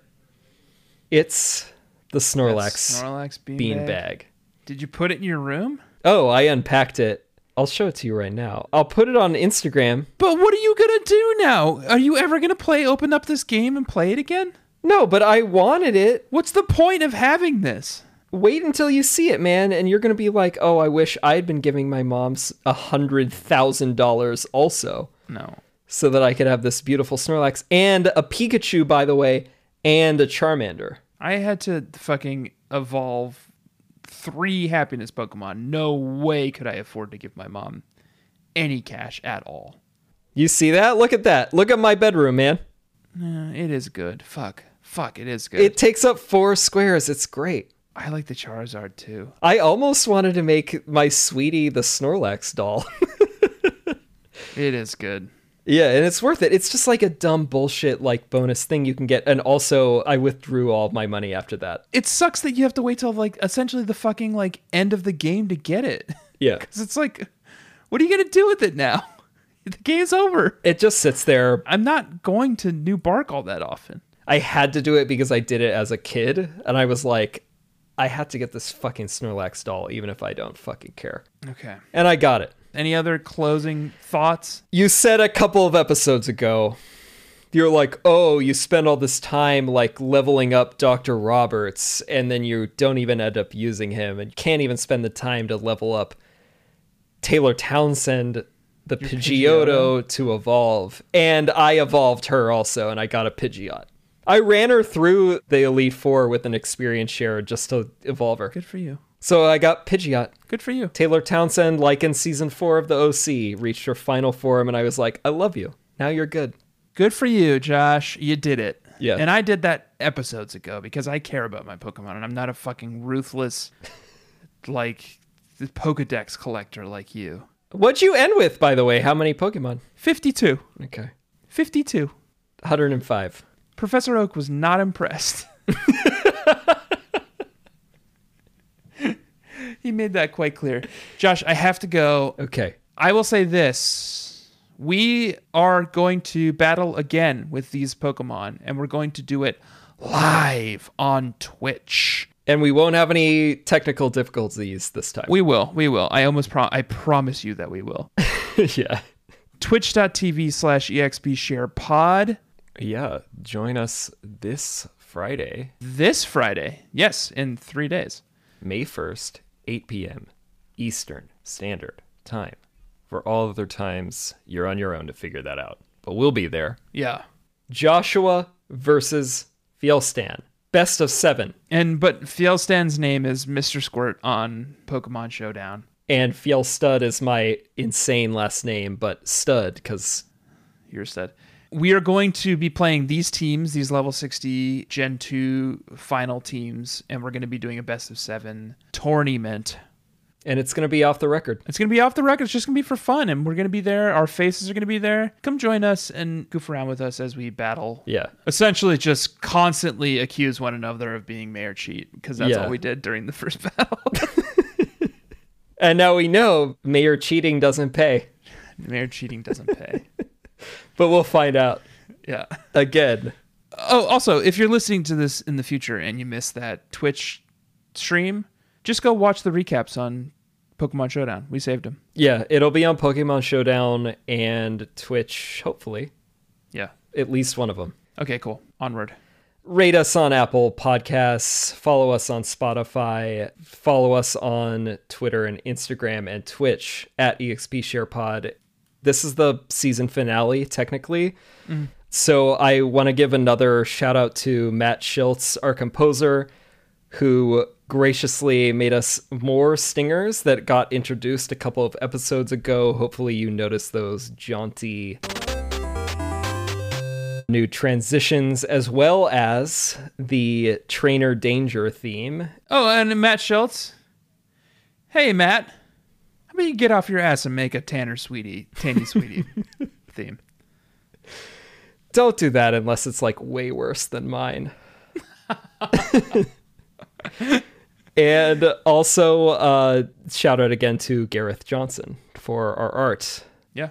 Speaker 2: It's the Snorlax,
Speaker 1: Snorlax
Speaker 2: beanbag.
Speaker 1: beanbag. Did you put it in your room?
Speaker 2: Oh, I unpacked it. I'll show it to you right now. I'll put it on Instagram.
Speaker 1: But what are you gonna do now? Are you ever gonna play open up this game and play it again?
Speaker 2: No, but I wanted it.
Speaker 1: What's the point of having this?
Speaker 2: Wait until you see it, man, and you're gonna be like, "Oh, I wish I'd been giving my mom's a hundred thousand dollars also,
Speaker 1: No.
Speaker 2: so that I could have this beautiful Snorlax and a Pikachu, by the way, and a Charmander."
Speaker 1: I had to fucking evolve three happiness Pokemon. No way could I afford to give my mom any cash at all.
Speaker 2: You see that? Look at that. Look at my bedroom, man.
Speaker 1: Uh, it is good. Fuck. Fuck, it is good.
Speaker 2: It takes up four squares. It's great.
Speaker 1: I like the Charizard too.
Speaker 2: I almost wanted to make my sweetie the Snorlax doll. <laughs>
Speaker 1: It is good.
Speaker 2: Yeah, and it's worth it. It's just like a dumb bullshit like bonus thing you can get. And also, I withdrew all my money after that.
Speaker 1: It sucks that you have to wait till like essentially the fucking like end of the game to get it. <laughs>
Speaker 2: Yeah.
Speaker 1: Cuz it's like what are you going to do with it now? <laughs> The game's over.
Speaker 2: It just sits there.
Speaker 1: I'm not going to New Bark all that often.
Speaker 2: I had to do it because I did it as a kid, and I was like, I had to get this fucking Snorlax doll, even if I don't fucking care.
Speaker 1: Okay.
Speaker 2: And I got it.
Speaker 1: Any other closing thoughts?
Speaker 2: You said a couple of episodes ago, you're like, oh, you spend all this time like leveling up Dr. Roberts, and then you don't even end up using him, and you can't even spend the time to level up Taylor Townsend, the Pidgeotto, to evolve. And I evolved her also, and I got a Pidgeot. I ran her through the Elite Four with an experience share just to evolve her.
Speaker 1: Good for you.
Speaker 2: So I got Pidgeot.
Speaker 1: Good for you.
Speaker 2: Taylor Townsend, like in season four of the OC, reached her final form, and I was like, I love you. Now you're good.
Speaker 1: Good for you, Josh. You did it.
Speaker 2: Yeah.
Speaker 1: And I did that episodes ago because I care about my Pokemon and I'm not a fucking ruthless, <laughs> like, Pokedex collector like you.
Speaker 2: What'd you end with, by the way? How many Pokemon?
Speaker 1: 52.
Speaker 2: Okay.
Speaker 1: 52.
Speaker 2: 105.
Speaker 1: Professor Oak was not impressed. <laughs> he made that quite clear. Josh, I have to go.
Speaker 2: Okay.
Speaker 1: I will say this. We are going to battle again with these Pokemon, and we're going to do it live on Twitch.
Speaker 2: And we won't have any technical difficulties this time. <laughs>
Speaker 1: We will. We will. I almost pro- I promise you that we will. <laughs>
Speaker 2: yeah.
Speaker 1: Twitch.tv slash EXP share pod
Speaker 5: Yeah, join us this Friday,
Speaker 1: this Friday. Yes, in three days.
Speaker 5: May 1st, 8 p.m. Eastern Standard Time. For all other times, you're on your own to figure that out. But we'll be there.
Speaker 1: Yeah.
Speaker 2: Joshua versus Fielstan. Best of seven.
Speaker 1: And but Fielstan's name is Mr. Squirt on Pokemon Showdown.
Speaker 2: And Fielstud is my insane last name, but stud, because
Speaker 1: Hierstead. We are going to be playing these teams, these level 60 Gen 2 final teams, and we're going to be doing a best of seven tournament.
Speaker 2: and it's gonna be off the record.
Speaker 1: It's going to be off the record. It's just going to be for fun, and we're going to be there. Our faces are going to be there. Come join us and goof around with us as we battle.
Speaker 2: Yeah.
Speaker 1: Essentially, just constantly accuse one another of being mayor cheat because that's
Speaker 2: Yeah.
Speaker 1: all we did during the first <laughs> battle.
Speaker 2: And now we know mayor cheating doesn't pay.
Speaker 1: mayor cheating doesn't pay.
Speaker 2: <laughs> But we'll find out
Speaker 1: yeah.
Speaker 2: again.
Speaker 1: Oh, also, if you're listening to this in the future and you missed that Twitch stream, just go watch the recaps on Pokemon Showdown. We saved them.
Speaker 2: Yeah, it'll be on Pokemon Showdown and Twitch, hopefully.
Speaker 1: Yeah.
Speaker 2: At least one of them.
Speaker 1: Okay, cool. Onward.
Speaker 2: Rate us on Apple Podcasts, follow us on Spotify, follow us on Twitter and Instagram and Twitch at EXP SharePod. This is the season finale, technically. So I want to give another shout out to Matt Schiltz, our composer, who graciously made us more stingers that got introduced a couple of episodes ago. Hopefully, you noticed those jaunty new transitions as well as the trainer danger theme.
Speaker 1: Oh, and Matt Schultz. Hey, Matt. How about you get off your ass and make a Tanner Sweetie, Tanny Sweetie theme?
Speaker 2: Don't do that unless it's like way worse than mine. <laughs> and also, uh, shout out again to Gareth Johnson for our art.
Speaker 1: Yeah.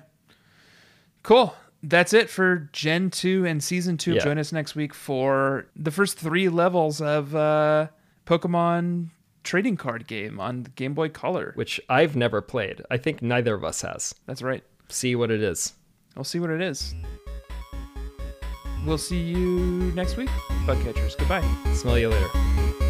Speaker 1: Cool. That's it for Gen 2 and Season 2.
Speaker 2: Yeah.
Speaker 1: Join us next week for the first three levels of uh, Pokemon trading card game on the Game Boy Color.
Speaker 2: which I've never played. I think neither of us has.
Speaker 1: That's right.
Speaker 2: See what it is.
Speaker 1: We'll see what it is. We'll see you next week, Bugcatchers. Goodbye.
Speaker 2: Smell you later.